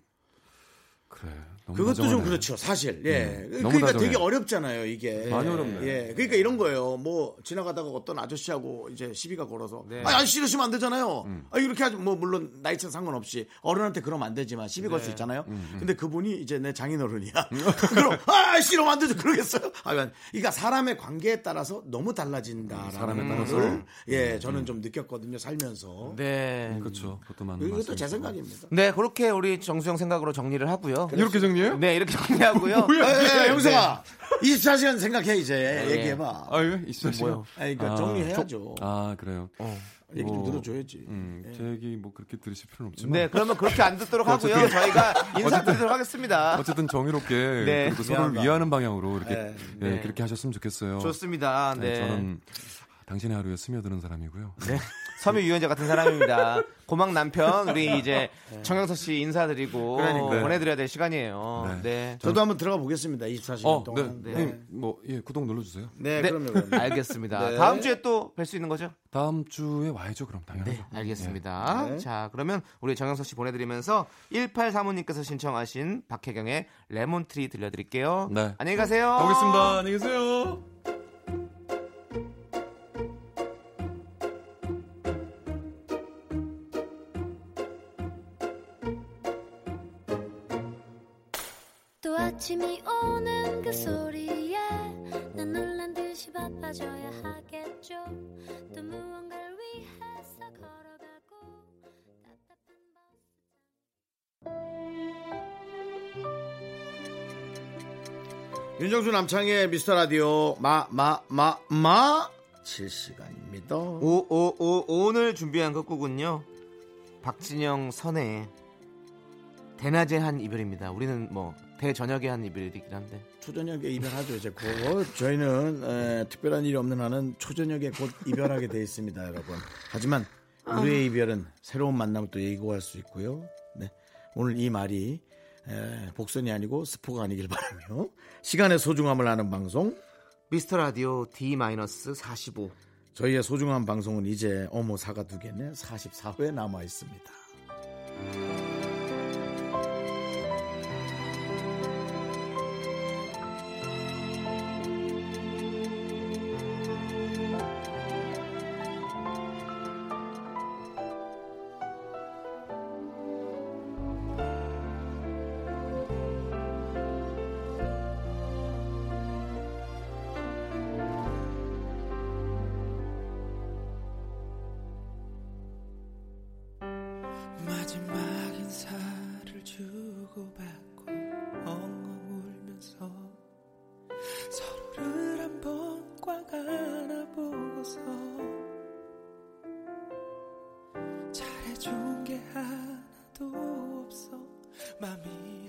그래 너무
그것도 좀
다정하네.
그렇죠, 사실. 예.
음, 너무
그러니까
다정해.
되게 어렵잖아요, 이게.
많이 어렵네.
예. 그러니까 이런 거예요. 뭐 지나가다가 어떤 아저씨하고 이제 시비가 걸어서
네.
아, 아저씨 이러시면 안 되잖아요.
음.
아, 이렇게 하지 뭐 물론 나이 차 상관없이 어른한테 그러면 안 되지만 시비
네.
걸 수 있잖아요.
음,
근데 그분이 이제 내 장인어른이야. 그럼 아, 아저씨 이러면 안 되죠. 그러겠어요? 아, 그러니까 사람의 관계에 따라서 너무 달라진다라는
사람에
거를,
따라서. 음,
예, 저는 좀 느꼈거든요, 살면서.
네.
그렇죠 그것도 맞는
음. 이것도 제
말씀이시고.
생각입니다.
네, 그렇게 우리 정수영 생각으로 정리를 하고요.
이렇게 정리해요?
네, 이렇게 정리하고요.
어,
네,
예, 예, 영석아,
네.
24시간 생각해 이제 얘기해봐.
아 예? 이시간
뭐요?
아니, 그러니까 정리해야죠.
아 그래요.
어. 얘기 좀
뭐,
들어줘야지.
음, 제 얘기 뭐 그렇게 들으실 필요는 없지만
네, 그러면 그렇게 안 듣도록 하고요. 저희가 인사드리도록 하겠습니다.
어쨌든 정의롭게
네.
그리고 서로를
미안하다.
위하는 방향으로 이렇게
네.
예,
네.
그렇게 하셨으면 좋겠어요.
좋습니다.
네,
네.
저는 당신의 하루에 스며드는 사람이고요.
네. 섬유 유연자 같은 사람입니다. 고막 남편 우리 이제 정영석 씨 인사드리고
네. 그러니까요.
보내드려야 될 시간이에요. 네.
네.
저도 한번 들어가 보겠습니다. 24시간
어, 네,
동안. 네.
네. 뭐예 구독 눌러주세요.
네,
네,
그럼요. 그럼요.
알겠습니다.
네.
다음 주에 또 뵐 수 있는 거죠?
다음 주에 와야죠 그럼 당연하죠.
네. 알겠습니다.
네.
자, 그러면 우리 정영석 씨 보내드리면서 183호님께서 신청하신 박혜경의 레몬트리 들려드릴게요.
네.
안녕히 가세요.
가보겠습니다. 안녕히 계세요.
또 아침이 오는 그 소리에 난 놀란 듯이 바빠져야 하겠죠 또 무언가를 위해서 걸어가고 답답한 마음
윤정수 남창의 미스터 라디오 마, 마, 마, 마. 7시간입니다.
오, 오, 오, 오늘 준비한 곡곡은요. 박진영 선의 대낮에 한 이별입니다. 우리는 뭐 대저녁에 한 이별이긴 한데.
초저녁에 이별하죠, 이제 곧. 저희는 에, 특별한 일이 없는 한은 초저녁에 곧 이별하게 돼 있습니다, 여러분. 하지만 우리의 이별은 새로운 만남을 또 예고할 수 있고요. 네. 오늘 이 말이 에, 복선이 아니고 스포가 아니길 바라며 시간의 소중함을 아는 방송
미스터 라디오 D-45.
저희의 소중한 방송은 이제 어머 사과 두 개네 44회 남아 있습니다.
마지막 인사를 주고받고 엉엉 울면서 서로를 한번 꽉 안아보고서 잘해준 게 하나도 없어 마음이